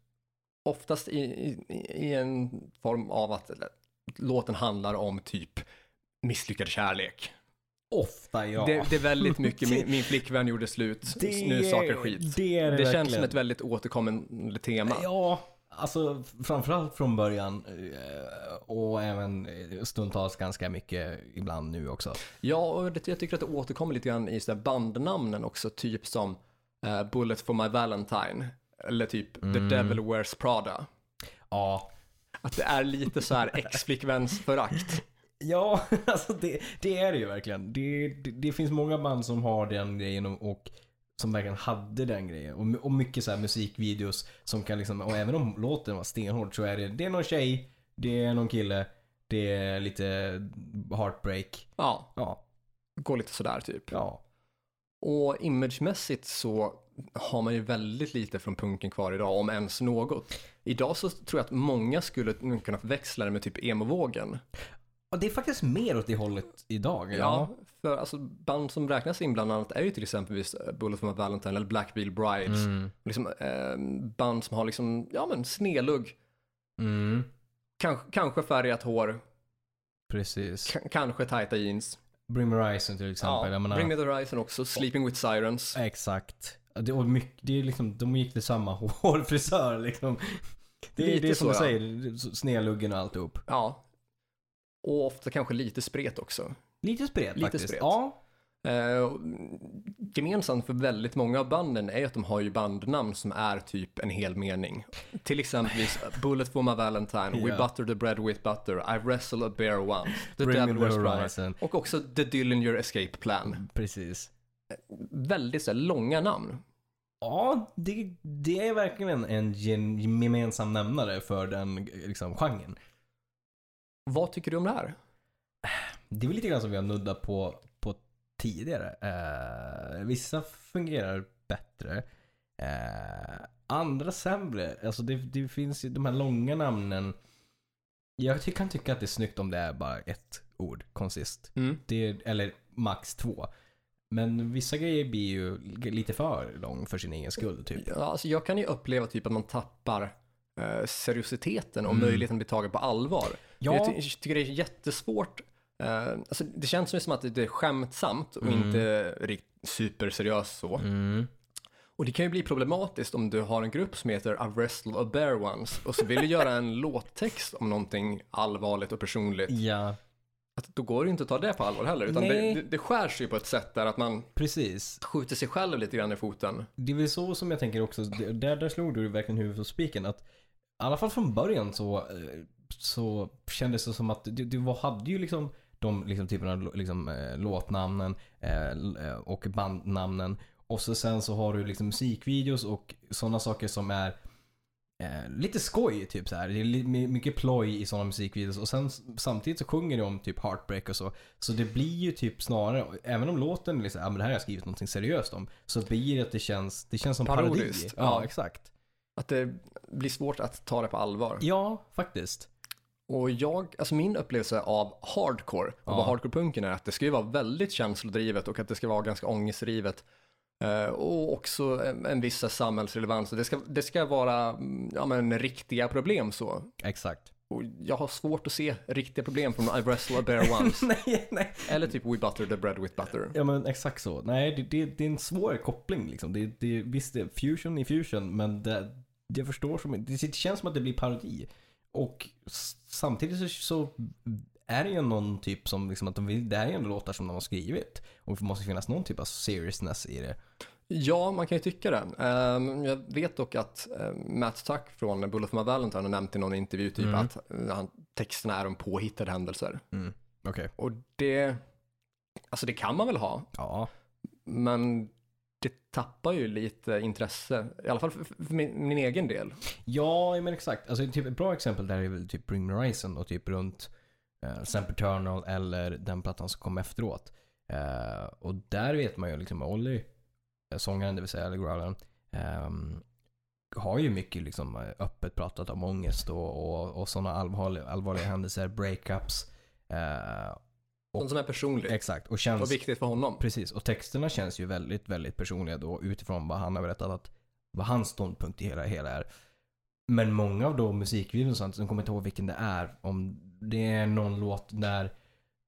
Oftast i, i, i en form av att eller, låten handlar om typ misslyckad kärlek. Ofta ja. Det, det är väldigt mycket min, min flickvän gjorde slut, nu saker skit. Det, är Det, känns som verkligen. ett väldigt återkommande tema. Ja, alltså f- framförallt från början eh, och även eh, stundtals ganska mycket ibland nu också. Ja, och det, jag tycker att det återkommer lite grann i så där bandnamnen också, typ som eh, Bullet for my Valentine, eller typ The Devil Wears Prada. Ja, Att det är lite så här ex-flickvänsförakt. ja alltså det, det är det ju verkligen. Det, det, det finns många band som har den grejen och, och som verkligen hade den grejen. Och, my- och mycket så här musikvideos som kan liksom, och även om låten var stenhård så är det, det är någon tjej, det är någon kille, det är lite heartbreak. Ja, Ja, går lite sådär typ. ja. Och imagemässigt så har man ju väldigt lite från punken kvar idag, om ens något. Idag så tror jag att många skulle kunna förväxla det med typ emo-vågen. Och det är faktiskt mer åt det hållet idag. Ja. för alltså band som räknas in bland annat är ju till exempelvis eh, Bullet for my Valentine eller Black Veil Mm. Brides. Liksom, eh, band som har liksom, ja men snelugg, Mm, kanske, kanske färgat hår, precis. k- kanske tajta jeans. Bring Me Horizon till exempel. Ja, jag menar, Bring Me The Horizon också, Sleeping With Sirens. Exakt. Det, och mycket, det är liksom, de gick till samma hårfrisör liksom. Det, är- Lite det är som så, du ja. säger, snedluggen och alltihop. Ja. Och ofta kanske lite spret också. Lite spret Lite faktiskt. spret. Ja. Eh, och gemensamt för väldigt många av banden är ju att de har ju bandnamn som är typ en hel mening. Till exempelvis Bullet for my Valentine, We Ja. butter the bread with butter, I wrestle a bear once, The Bring Devil me the Wears Prada. horizon. Och också The Dillinger Escape Plan. Precis. Väldigt så här, långa namn. Ja, det, det är verkligen en gen- gemensam nämnare för den eh, liksom, genren. Vad tycker du om det här? Det är väl lite grann som vi har nuddat på, på tidigare. Eh, vissa fungerar bättre. Eh, andra sämre. Alltså det, det finns ju de här långa namnen. Jag ty- kan tycka att det är snyggt om det är bara ett ord, konsist. Det är, eller max två. Men vissa grejer blir ju lite för lång för sin egen skull typ. Ja, alltså, jag kan ju uppleva typ att man tappar eh, seriositeten och möjligheten att bli tagen på allvar. Mm. Ja. Jag, ty- jag tycker det är jättesvårt. Eh, alltså, det känns ju som att det är skämtsamt och Mm. inte riktigt superseriöst så. Och det kan ju bli problematiskt om du har en grupp som heter I wrestle a bear once och så vill du göra en låttext om någonting allvarligt och personligt. Ja, att då går det inte att ta det på allvar heller, utan det, Nej. det, det skär sig på ett sätt där att man precis. skjuter sig själv lite grann i foten. det är väl så som jag tänker också. Det- Där, där slog du verkligen huvudet på spiken. Att, I alla fall från början så, eh, så kändes det som att du, du var- hade ju liksom de liksom typerna av lå- liksom, eh, låtnamnen eh, l- eh, och bandnamnen. Och så sen så har du liksom musikvideos och sådana saker som är eh, lite skoj typ så här. Det är li- my- mycket ploj i sådana musikvideos och sen s- samtidigt så sjunger de om typ heartbreak och så. Så det blir ju typ snarare, även om låten är liksom, ja men det här har jag skrivit någonting seriöst om. Så blir det att det känns, det känns som parodi. Parodiskt, Ja, ja. exakt. Att det blir svårt att ta det på allvar. Ja, faktiskt. Och jag, alltså min upplevelse av hardcore och vad hardcore-punken är att det ska ju vara väldigt känslodrivet och att det ska vara ganska ångestdrivet. Eh, och också en, en viss samhällsrelevans. Det ska, det ska vara mm, ja, men, riktiga problem så. Exakt. Och jag har svårt att se riktiga problem från I wrestle a bear once. nej, nej. Eller typ We butter the bread with butter. Ja men exakt så. Nej, det, det, det är en svår koppling liksom. Det, det, visst, det är fusion i fusion, men det, jag förstår som inte. Det känns som att det blir parodi. Och s- samtidigt så, så är det ju någon typ som, liksom att de vill, det här är ju ändå låtar som de har skrivit. Och det måste finnas någon typ av seriousness i det. Ja, man kan ju tycka det. Ehm, jag vet dock att eh, Matt Tuck från Bullet for my Valentine har nämnt i någon intervju typ att eh, han, texterna är om påhittade händelser. Okej. Och det, alltså det kan man väl ha, Ja. men det tappar ju lite intresse, i alla fall för, för min, min egen del. Ja, men exakt. Alltså, typ, ett bra exempel där är väl typ Bring Me Horizon och typ runt eh, Sempeternal eller den plattan som kom efteråt. Eh, och där vet man ju liksom att Olly, eh, sångaren det vill säga, eller growlern, ehm, har ju mycket liksom eh, öppet pratat om ångest och, och, och sådana allvarliga, allvarliga händelser, breakups. Eh, Sånt som är personligt exakt, och känns... och viktigt för honom. Precis, och texterna känns ju väldigt, väldigt personliga då utifrån vad han har berättat att vad hans ståndpunkt i hela, hela är. Men många av de musikvideorna och sånt, som kommer inte ihåg vilken det är. Om det är någon låt där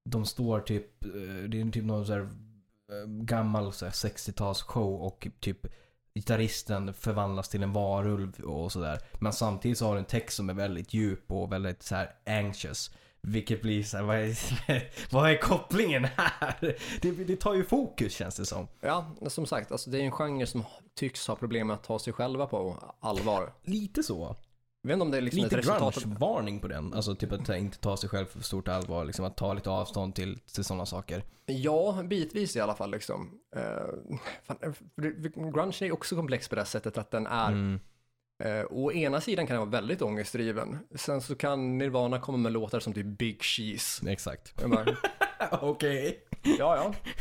de står typ, eh, det är typ någon så här eh, gammal så här 60-tals show och typ gitarristen förvandlas till en varulv och sådär. Men samtidigt så har den text som är väldigt djup och väldigt så här anxious. Vilket blir så här, vad är, vad är kopplingen här? Det, det tar ju fokus känns det som. Ja, som sagt, alltså det är ju en genre som tycks ha problem med att ta sig själva på allvar. Lite så. Jag vet inte om det är liksom Lite ett resultat av... grunge-varning på den. Alltså typ att så här, inte ta sig själv för stort allvar. Liksom att ta lite avstånd till, till sådana saker. Ja, bitvis i alla fall liksom. Eh, fan, eh, grunge är ju också komplex på det här sättet att den Mm. är Eh, å ena sidan kan den vara väldigt ångestdriven. Sen så kan Nirvana komma med låtar som typ Big Cheese. Exakt. Jag bara, Okej. ja,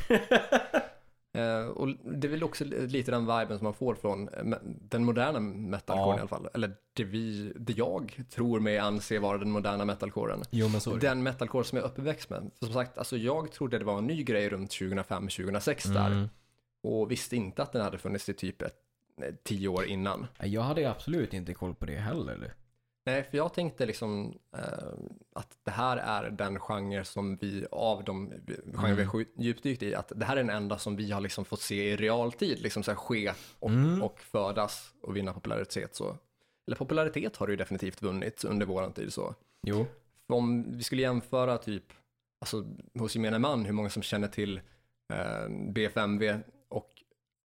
ja. Eh, och det är väl också lite den viben som man får från eh, me- den moderna metalkåren Ja. i alla fall. Eller det, vi, det jag tror mig anse vara den moderna metalkåren. Jo men så är det. Den metalkår som jag är uppväxt med. För som sagt, alltså jag trodde det var en ny grej runt 2005-2006 där. Mm. Och visste inte att den hade funnits i typ ett, eh, tio år innan. Jag hade absolut inte koll på det heller. Nej, för jag tänkte liksom eh, att det här är den genre som vi, av de genrer vi har djupdykt i, att det här är den enda som vi har liksom fått se i realtid, liksom så här ske och, och födas och vinna popularitet. Så. Eller popularitet har det ju definitivt vunnit under våran tid så. Jo. För om vi skulle jämföra typ, alltså hos gemene man, hur många som känner till eh, BFMV och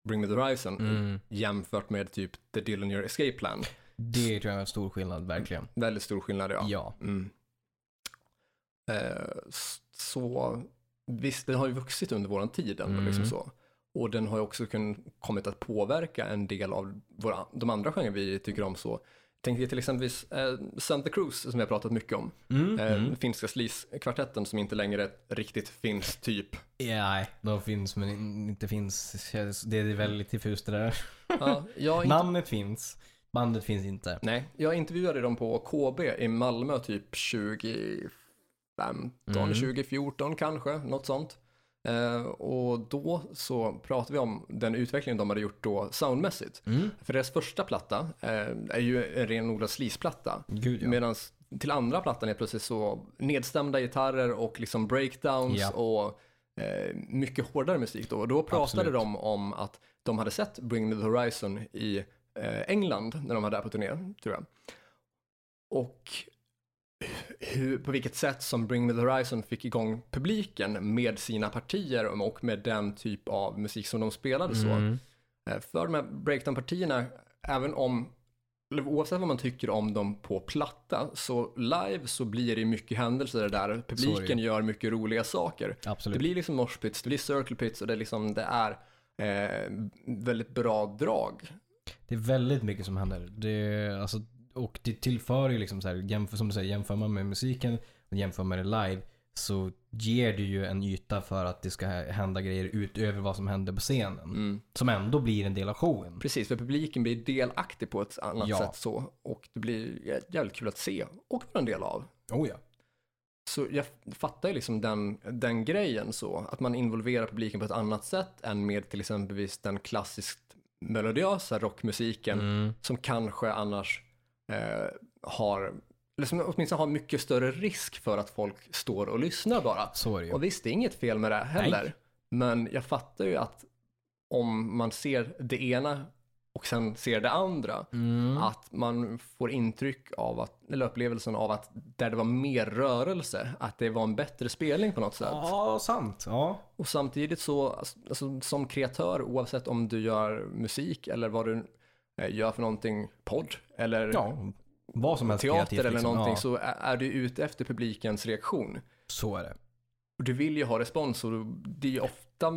Bring Me The Horizon Mm. jämfört med typ The Dylan Your Escape Plan. Det tror jag är en stor skillnad verkligen. Väldigt stor skillnad ja. Ja. Mm. Eh, s- så visst, den har ju vuxit under våran tid ändå, liksom Mm. så. Och den har ju också kun, kommit att påverka en del av våra, de andra genrer vi tycker om så. Tänk dig till exempel eh, Santa Cruz som vi har pratat mycket om. Mm. Eh, Finska Sleaze-kvartetten som inte längre riktigt finns typ. Nej, de finns men in- inte finns. Känns- Det är väldigt diffust det där. Ja, jag, inte, Namnet finns, bandet finns inte. nej, jag intervjuade dem på KB i Malmö typ 2015, 2014 kanske, något sånt. Eh, och då så pratade vi om den utveckling de hade gjort då soundmässigt. För deras första platta eh, är ju en renodlad sleaze-platta. Gud ja. Medan till andra plattan är plötsligt så nedstämda gitarrer och liksom breakdowns Ja. och eh, mycket hårdare musik då. Och då pratade Absolut. de om att de hade sett Bring Me The Horizon i eh, England när de var där på turné, tror jag. Och hur, på vilket sätt som Bring Me The Horizon fick igång publiken med sina partier och med den typ av musik som de spelade så. Mm. Eh, För de här breakdown-partierna, även om, eller oavsett vad man tycker om dem på platta, så live så blir det mycket händelser där publiken Så är det. gör mycket roliga saker. Det Absolut. blir liksom moshpits, det blir circle pits och det är, liksom, det är eh, väldigt bra drag. Det är väldigt mycket som händer. Det, alltså, och det tillför ju liksom så här, jämför, som du säger, jämför man med musiken och jämför med det live så ger det ju en yta för att det ska hända grejer utöver vad som händer på scenen. Som ändå blir en del av showen. Precis, för publiken blir delaktig på ett annat Ja. sätt så. Och det blir jä- jävligt kul att se och vara en del av. Oh ja. Så jag fattar ju liksom den, den grejen så, att man involverar publiken på ett annat sätt än med till exempelvis den klassiskt melodiösa rockmusiken Mm. som kanske annars eh, har, eller som åtminstone har mycket större risk för att folk står och lyssnar bara. Så är det ju. Och visst, det är inget fel med det heller, Nej. men jag fattar ju att om man ser det ena och sen ser det andra, Mm. att man får intryck av att, eller upplevelsen av att där det var mer rörelse, att det var en bättre spelning på något sätt. Ja, sant. Ja. Och samtidigt så, alltså, som kreatör, oavsett om du gör musik eller vad du eh, gör för någonting, podd eller ja. Vad som helst teater kreativt eller liksom. någonting, Ja, så är är du ute efter publikens reaktion. så är det. Och du vill ju ha respons och det är ju ofta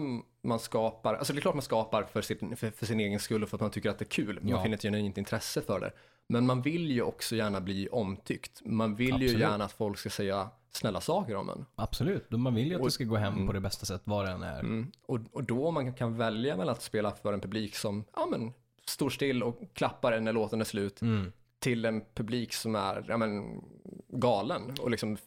man skapar, alltså det är klart man skapar för sin, för, för sin egen skull och för att man tycker att det är kul. Man Ja. finner ett genuint intresse för det. Men man vill ju också gärna bli omtyckt. Man vill ju Absolut. gärna att folk ska säga snälla saker om en. Absolut, Då man vill ju att Och- du ska gå hem på det bästa sätt vad det än är. Mm. Och, och då om man kan välja mellan att spela för en publik som ja, men, står still och klappar en när låten är slut Mm. till en publik som är ja, men, galen och liksom eh,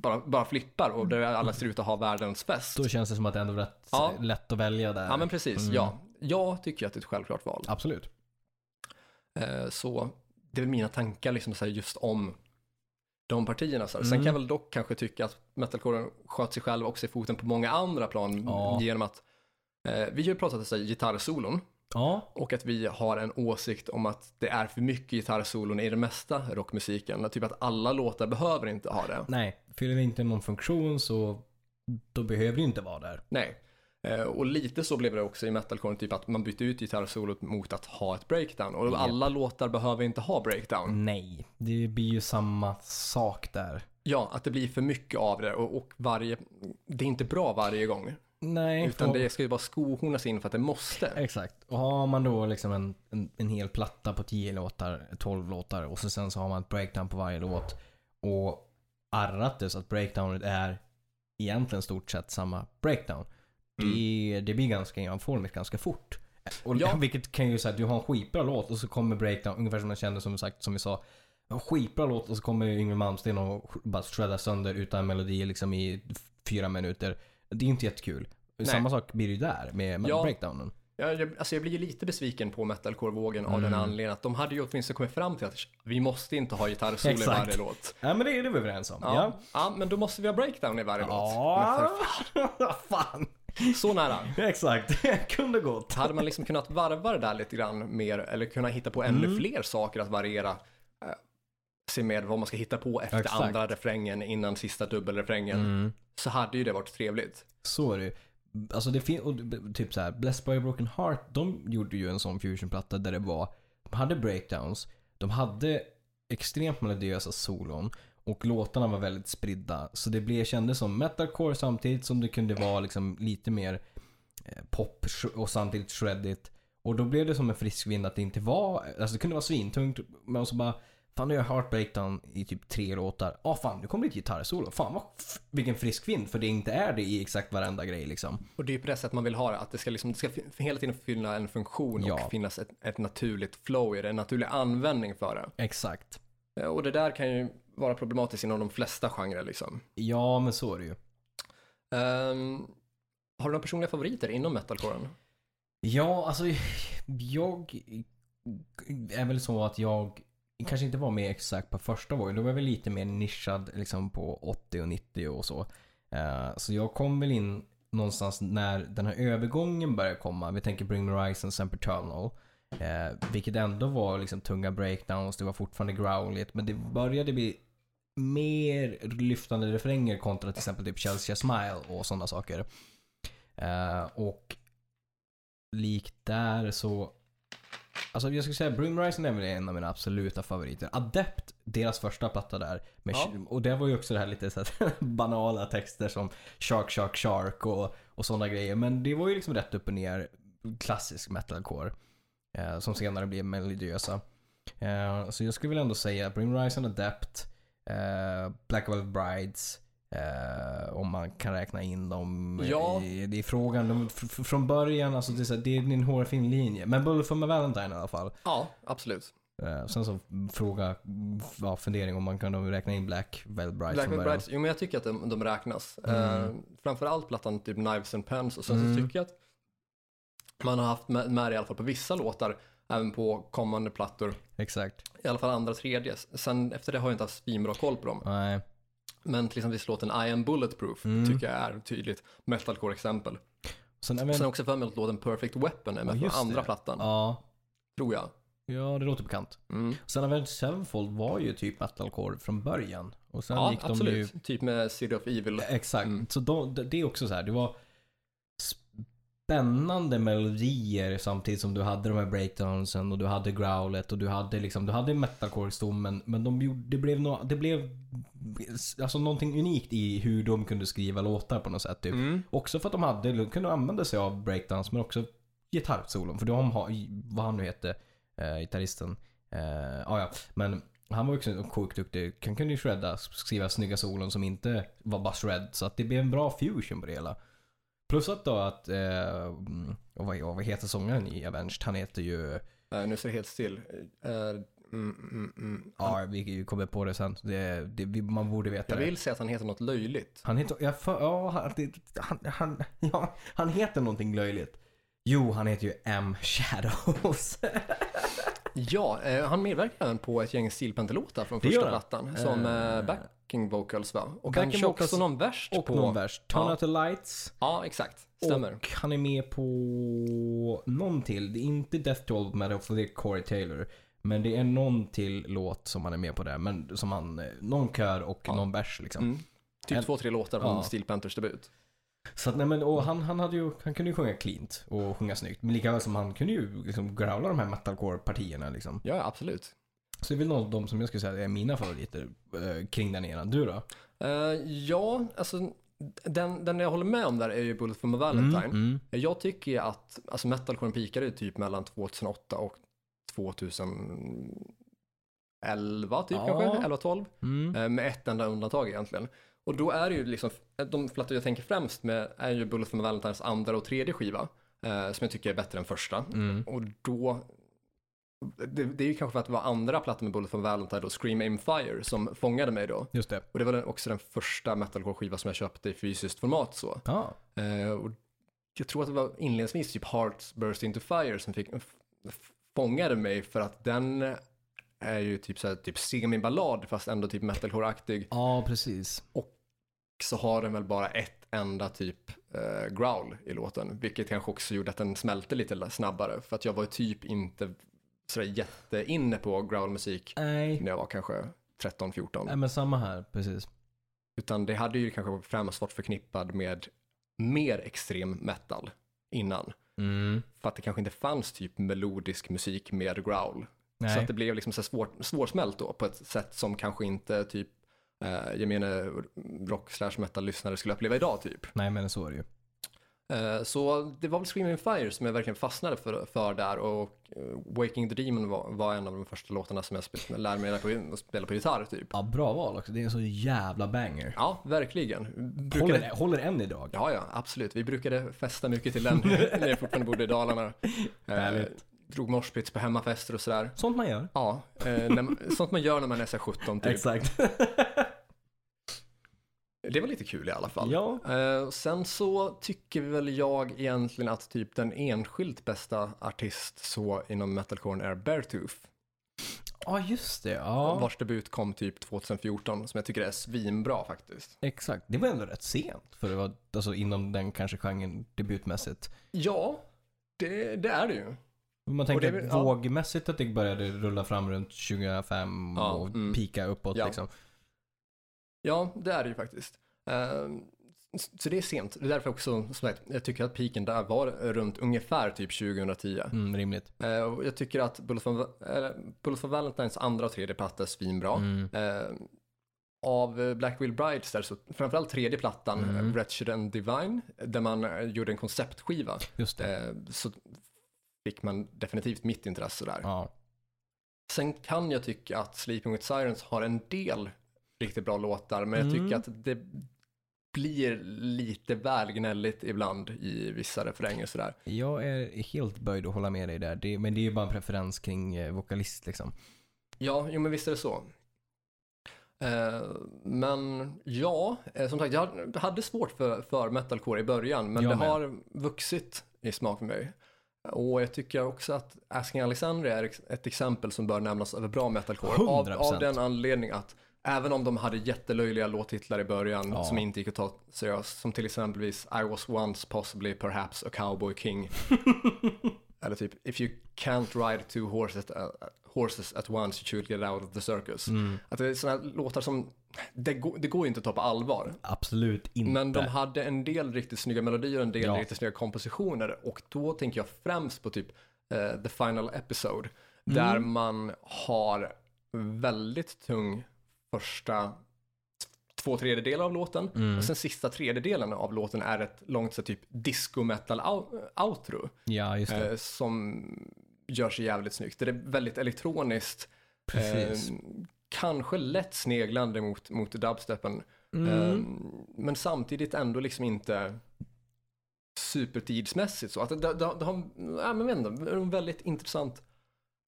bara, bara flippar och där alla ser ut att ha världens fest. Då känns det som att det ändå är rätt Ja. lätt att välja där. Ja men precis, Mm. ja. Jag tycker att det är ett självklart val. Absolut. Eh, så det är väl mina tankar liksom så här just om de partierna. Så här. Sen Mm. kan jag väl dock kanske tycka att metalcoren sköt sig själv också i foten på många andra plan Ja. genom att eh, vi har ju pratat om så här gitarrsolon Ja, och att vi har en åsikt om att det är för mycket gitarrsolon i den mesta rockmusiken. Typ att alla låtar behöver inte ha det. nej. Fyller det inte någon funktion så då behöver det ju inte vara där. Nej. Eh, Och lite så blev det också i metalcoren, typ att man bytte ut gitarrsolot mot att ha ett breakdown. Och alla låtar behöver inte ha breakdown. Mm. Nej, det blir ju samma sak där. Ja, att det blir för mycket av det och, och varje, det är inte bra varje gång. Nej, Utan och- det ska ju bara skohornas in för att det måste. Exakt. Och har man då liksom en, en, en hel platta på 10 låtar, 12 låtar och så sen så har man ett breakdown på varje låt och arrat det så att breakdownet är egentligen stort sett samma breakdown. Det, det blir ganska enformigt ganska fort. Och Mm. Ja. Vilket kan ju säga att du har en skitbra låt och så kommer breakdown, ungefär som jag kände som, sagt, som vi sa, en skitbra låt och så kommer Yngwie Malmsteen och bara shreddar sönder utan melodi liksom i fyra minuter. Det är inte jättekul. Samma sak blir det ju där med, med Ja. breakdownen. Jag, jag, alltså jag blir ju lite besviken på metalcore-vågen av Mm. den anledningen att de hade ju åtminstone kommit fram till att vi måste inte ha gitarrsolo i Exakt. varje låt. Ja men det är det vi överens om. Ja. Ja. Ja. men då måste vi ha breakdown i varje låt. Men Ja. Vad fan. för- Så nära. Exakt. Kunde gått. Hade man liksom kunnat varva det där lite grann mer eller kunna hitta på ännu fler saker att variera eh, sig med vad man ska hitta på efter Exakt. andra refrängen innan sista dubbelrefrängen så hade ju det varit trevligt. Så är det ju. Alltså det finns, och b- typ så här, Blessed by a Broken Heart, de gjorde ju en sån fusionplatta där det var, de hade breakdowns, de hade extremt melodiösa solon och låtarna var väldigt spridda. Så det blev, kändes som metalcore samtidigt som det kunde vara liksom lite mer eh, pop sh- och samtidigt shreddigt. Och då blev det som en frisk vind att det inte var, alltså det kunde vara svintungt men så bara Fan nu har jag hört breakdown i typ tre låtar. Ah fan nu kommer det ett gitarrsolo. Fan vad, f- vilken frisk vind för det inte är det i exakt varenda grej liksom. Och det är ju på det sättet man vill ha det, att det ska, liksom, det ska fi- hela tiden fylla en funktion Ja. och finnas ett, ett naturligt flow i det, en naturlig användning för Exakt. det. Eh, Och det där kan ju vara problematiskt inom de flesta genrer liksom. Ja men så är det ju. Ehm, har du några personliga favoriter inom metalcoren? Ja, alltså jag är väl så att jag kanske inte var med exakt på första vågen. Då var jag väl lite mer nischad liksom på 80 och 90 och så. Eh, Så jag kom väl in någonstans när den här övergången började komma. Vi tänker Bring Me Horizon, Semper Eternal. Eh, Vilket ändå var liksom tunga breakdowns, det var fortfarande growligt. Men det började bli mer lyftande refränger kontra till exempel typ Chelsea Smile och sådana saker. Eh, Och likt där så... Alltså jag skulle säga Brim Rising är väl en av mina absoluta favoriter. Adept, deras första platta där. Med, Ja. Och det var ju också det här lite så här banala texter som Shark, Shark, Shark och, och sådana grejer. Men det var ju liksom rätt upp och ner klassisk metalcore. Eh, som senare blev melodiösa. Eh, så jag skulle väl ändå säga Brim Rising, Adept, eh, Black Velvet Brides. Eh, om man kan räkna in dem Ja. i, det är frågan. De, fr, fr- från början, alltså det är, så här, det är en hårfin linje. Men Bullet for my Valentine i alla fall. Ja, absolut. Eh, sen så fråga, ja, fundering om man kan då räkna in Black Velvet Brides Black från Veil början. Brides, jo men jag tycker att de, de räknas. Mm. Eh, framförallt plattan typ Knives and Pens och sen så Mm. tycker jag att man har haft med, med det i alla fall på vissa låtar, även på kommande plattor, Exakt. i alla fall andra tredje. Sen efter det har jag inte haft svinbra koll på dem. Nej. Men till exempel låten I am bulletproof Mm. tycker jag är ett tydligt metalcore-exempel. Sen, jag men, Sen också för mig att låten Perfect Weapon är med Ja, på just andra det. plattan, ja, tror jag. ja, det låter bekant. Mm. Sen Avenged Sevenfold var ju typ metalcore från början. Och sen Ja, gick de ju absolut. Typ med City of Evil. Exakt. Mm. Så de, det är också så här, det var spännande melodier samtidigt som du hade de här breakdownsen och du hade growlet och du hade liksom, du hade metalcore-stommen. Men de gjorde, det blev, no, det blev alltså någonting unikt i hur de kunde skriva låtar på något sätt. Typ. Mm. Också för att de hade, de kunde använda sig av breakdowns men också gitarrsolon. För de har, vad han nu hette, eh, gitarristen. Eh, ah, ja, men han var också en sjukt duktig. Han kunde ju shredda, skriva snygga solon som inte var bara shred. Så att det blev en bra fusion på det hela. Plus att då att, eh, mm, och vad, och vad heter sångaren i Avenged? Han heter ju, Eh, nu ser det helt still. Eh, mm, mm, mm. ja vi kommer på det sen. Det, det, vi- man borde veta Jag det. vill säga att han heter något löjligt. Han heter, jag för, ja, han, det- han, han, ja, han heter någonting löjligt. Jo, han heter ju M. Shadows. Ja, eh, han medverkar även på ett gäng Steel Panther-låtar från Det första gör han. plattan. Som Eh, eh, backing vocals va? Och han backing kör vocals också någon vers Och på... någon vers. Turn Ja. out the lights. Ja, exakt. Stämmer. Och han är med på någon till. Det är inte Death to All Metal för det är Corey Taylor. Men det är någon till låt som han är med på där. Men som han, eh, någon kör och någon vers liksom. Mm. Typ två, tre låtar från Ja. Steel Panthers debut. Så att, nej, men, och han, han, hade ju, han kunde ju sjunga cleant och sjunga snyggt. Men lika väl som han kunde ju liksom growla de här metalcore-partierna liksom. Ja, ja, absolut. Så det är väl någon av dem som jag skulle säga är mina favoriter eh, kring den eran. Du då? Eh, ja, alltså den, den jag håller med om där är ju Bullet for my Valentine. Mm. Jag tycker ju att alltså metalcoren peakade ju typ mellan 2008 och 2011 typ Ja. kanske, 11 12 Mm. eh, med ett enda undantag egentligen. Och då är det ju liksom, de plattor jag tänker främst med är ju Bullet for my Valentines andra och tredje skiva, eh, som jag tycker är bättre än första. Mm. Och då, det, det är ju kanske för att det var andra plattan med Bullet for my Valentine och Scream Aim Fire som fångade mig då. Just det. Och det var den- också den första metalcore-skiva som jag köpte i fysiskt format så. Ja. Eh, och jag tror att det var inledningsvis typ Hearts Burst Into Fire som fick, f- f- fångade mig för att den är ju typ såhär, typ semiballad fast ändå typ metalcore-aktig. ja, precis. Så har den väl bara ett enda typ eh, growl i låten, vilket kanske också gjorde att den smälte lite snabbare för att jag var typ inte sådär jätteinne på growl-musik Nej. när jag var kanske 13-14. Nej, men samma här. Precis. Utan det hade ju kanske främst varit förknippad med mer extrem metal innan. Mm. För att det kanske inte fanns typ melodisk musik med growl. Så Nej. att det blev liksom så här svår, svårsmält då på ett sätt som kanske inte typ eh, gemene rock slash metal lyssnare skulle uppleva idag typ. Nej, men så är det ju. Eh, så det var väl Screaming Fire som jag verkligen fastnade för, för där och eh, Waking the Demon var, var en av de första låtarna som jag spe- lärde mig på- att spela på gitarr typ. Ja, bra val också. Det är en så jävla banger. Ja, verkligen. Brukar- Håller, håller än idag. Ja, ja, absolut. Vi brukade festa mycket till den när jag fortfarande bodde i Dalarna. Eh, Härligt. drog moshpits på hemmafester och sådär. Sånt man gör. Ja, eh, när man, sånt man gör när man är så här 17 typ. Exakt. Det var lite kul i alla fall. ja. Eh, sen så tycker väl jag egentligen att typ den enskilt bästa artist så inom metalcoren är Beartooth. Ja, just det. Ja, Vars debut kom typ 2014 som jag tycker är svinbra faktiskt. exakt. Det var ändå rätt sent. För det var alltså inom den kanske genren debutmässigt. Ja, det, det är det ju. Om Man tänker Och det är väl- att ja. vågmässigt att det började rulla fram runt 2005 Ja, och mm. pika uppåt Ja. liksom. Ja, det är det ju faktiskt. Ehm, s- Så det är sent. Det är därför också, som sagt, jag tycker att piken där var runt ungefär typ 2010. Mm, rimligt. Eh, och Jag tycker att Bullet for, eh, Bullet for Valentines andra och tredje platta är svinbra. Mm. Eh, Av eh, Black Wheel Brides där, så framförallt tredje plattan, Mm. mm. Wretched and Divine, där man eh, gjorde en konceptskiva, Just det. eh, så fick man definitivt mitt intresse där. Ja. Sen kan jag tycka att Sleeping with Sirens har en del riktigt bra låtar, men jag Mm. tycker att det blir lite väl gnälligt ibland i vissa refränger sådär. Jag är helt böjd att hålla med dig där. Det, men det är ju bara en preferens kring eh, vokalist liksom. Ja, jo men visst är det så. Eh, men ja, eh, som sagt, jag hade svårt för, för metalcore i början, men Jag det med. har vuxit i smak för mig. Och jag tycker också att Asking Alexandria är ex- ett exempel som bör nämnas över bra metalcore. Av, 100%. av den anledningen att även om de hade jättelöjliga låttitlar i början Ja. som inte gick att ta seriöst, som till exempelvis I was once possibly perhaps a cowboy king. Eller typ If you can't ride two horses, uh, Horses at once you should get out of the circus. Att det är sådana här låtar som, det, går- det går ju inte att ta på allvar. Absolut inte. Men de hade en del riktigt snygga melodier och en del Ja. riktigt snygga kompositioner. Och då tänker jag främst på typ eh, The Final Episode. Mm. Där man har väldigt tung första två tredjedelar av låten. Mm. Och sen sista tredjedelen av låten är ett långt så här, typ disco metal ou- outro. Ja, just det. Eh, som gör sig jävligt snyggt. Det är väldigt elektroniskt. Precis. Eh, kanske lätt sneglande mot, mot dubstepen. Mm. Eh, men samtidigt ändå liksom inte supertidsmässigt så. Att det, det, det har ja, men jag vet inte, en väldigt intressant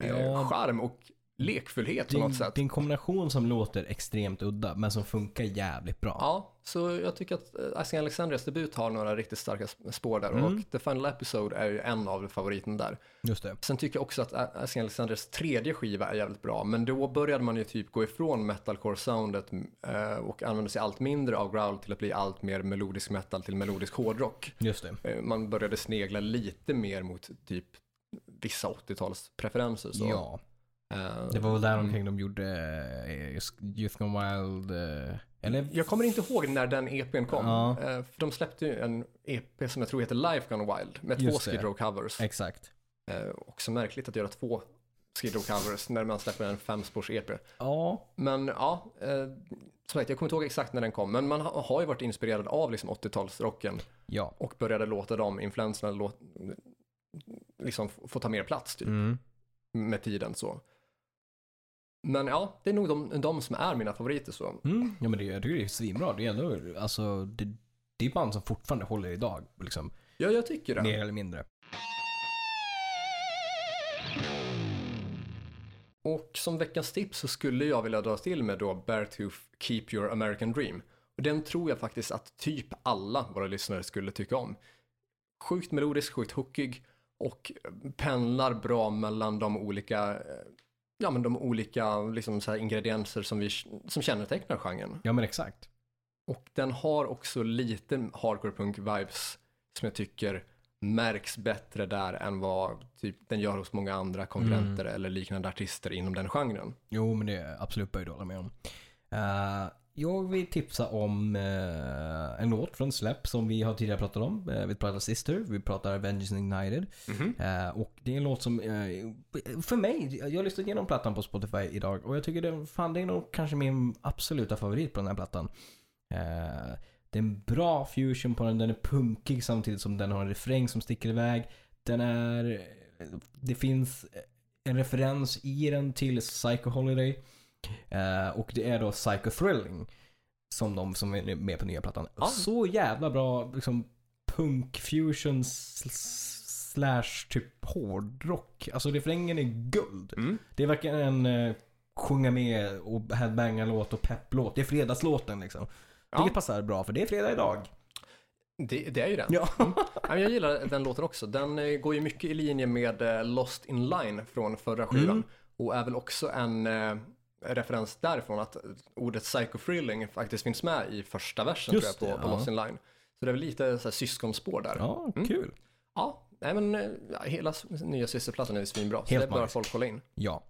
eh, Ja. charm och lekfullhet det, på är något en, sätt. det är en kombination som låter extremt udda, men som funkar jävligt bra. Ja, så jag tycker att eh, Icing Alexandrias debut har några riktigt starka sp- spår Mm. där och The Final Episode är ju en av favoriterna där. Just det. Sen tycker jag också att A- Asking Alexanders tredje skiva är jävligt bra, men då började man ju typ gå ifrån metalcore-soundet eh, och använda sig allt mindre av growl till att bli allt mer melodisk metal till melodisk hårdrock. Just det. Eh, Man började snegla lite mer mot typ vissa 80-talspreferenser. Så. Ja. Eh, Det var väl där omkring de gjorde eh, Youth Gone Wild. eh, Eller? Jag kommer inte ihåg när den EPn kom. Ja. Eh, För de släppte ju en EP som jag tror heter Life Gone Wild med två Just det. Skid Row covers. Exakt. Eh, Också märkligt att göra två Skid Row covers när man släpper en femspårs EP. Ja. Men ja, eh, som sagt, jag kommer inte ihåg exakt när den kom, men man ha, har ju varit inspirerad av liksom 80-talsrocken Ja. och började låta de influenserna låt, liksom f- få ta mer plats typ, Mm. med tiden så. Men ja, det är nog de, de som är mina favoriter så. Mm. Ja men det, jag tycker det är svinbra. Det är ändå, alltså, det, det är band som fortfarande håller idag. Liksom, Ja, jag tycker det. Mer eller mindre. Och som veckans tips så skulle jag vilja dra till med då Beartooth Keep Your American Dream. Och den tror jag faktiskt att typ alla våra lyssnare skulle tycka om. Sjukt melodisk, sjukt hookig och pendlar bra mellan de olika, eh, ja men de olika liksom så här ingredienser som, vi, som kännetecknar genren. Ja men exakt. Och den har också lite hardcore punk vibes som jag tycker märks bättre där än vad typ, den gör hos många andra konkurrenter Mm. eller liknande artister inom den genren. Jo men det är absolut böjd att hålla med om. Eh, jag vill tipsa om eh, en låt från Släpp som vi har tidigare pratat om. Eh, vi pratar Sister, vi pratar Avengers Ignited. Eh, och det är en låt som, eh, för mig, jag har lyssnat igenom plattan på Spotify idag och jag tycker den, fan, det är nog kanske min absoluta favorit på den här plattan. Eh, det är en bra fusion på den, den är punkig samtidigt som den har en refräng som sticker iväg. Den är, det finns en referens i den till Psycho Holiday. Eh, och det är då Psycho Thrilling. Som de som är med på nya plattan. Ja. Så jävla bra liksom punk fusion sl- slash typ hårdrock. Alltså refrängen är guld. Mm. Det är verkligen en eh, sjunga med och headbanga-låt och pepplåt. Det är fredagslåten liksom. Ja. Vilket passar bra för det är fredag idag. Mm. Det, det är ju den. Ja. Ja, men Jag gillar den låten också. Den eh, går ju mycket i linje med eh, Lost in Line från förra skivan. Mm. Och är väl också en eh, referens därifrån att ordet psychofrilling faktiskt finns med i första versen Just tror jag, på, det, på ja. Lost in Line. Så det är väl lite så här, syskonspår där. Ja, ja, kul. nej, men eh, ja, hela s- nya systerplattan är ju svinbra. Så Helt det bör magisk. folk kolla in. Ja.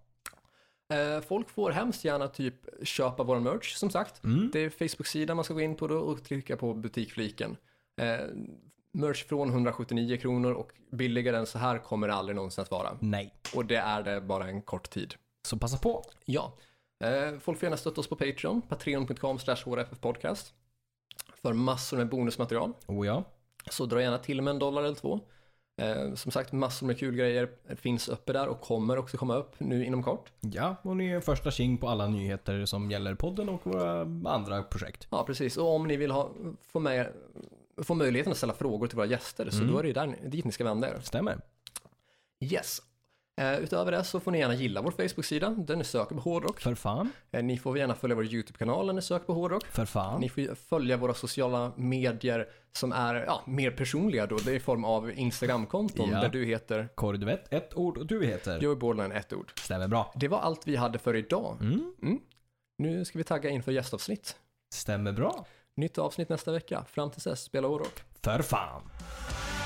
Eh, folk får hemskt gärna typ köpa vår merch som sagt. Det är Facebook-sidan man ska gå in på då och klicka på butikfliken. Eh, merch från 179 kronor och billigare än så här kommer det aldrig någonsin att vara. Nej. Och det är det bara en kort tid. Så passa på. Ja. Eh, folk får gärna stötta oss på Patreon, patreon.com hrffpodcast. För massor med bonusmaterial. Oh ja. Så dra gärna till med en dollar eller två. Eh, som sagt, massor med kul grejer finns uppe där och kommer också komma upp nu inom kort. Ja, och ni är första tjing på alla nyheter som gäller podden och våra andra projekt. Ja, precis. Och om ni vill ha, få, med, få möjligheten att ställa frågor till våra gäster så då är det ju där, ni- dit ni ska vända er. Stämmer. Yes. Eh, utöver det så får ni gärna gilla vår Facebook-sida där ni söker på hårdrock. För fan. Eh, ni får gärna följa vår YouTube-kanal där ni söker på hårdrock. För fan. Ni får ju följa våra sociala medier som är ja, mer personliga då. Det är i form av Instagram-konton Ja. där du heter Korre, du vet ett ord och du heter. Joey Borderline, ett ord. Stämmer bra. Det var allt vi hade för idag. Mm. Nu ska vi tagga inför gästavsnitt. Stämmer bra. Nytt avsnitt nästa vecka. Fram till dess, spela hårdrock. För fan.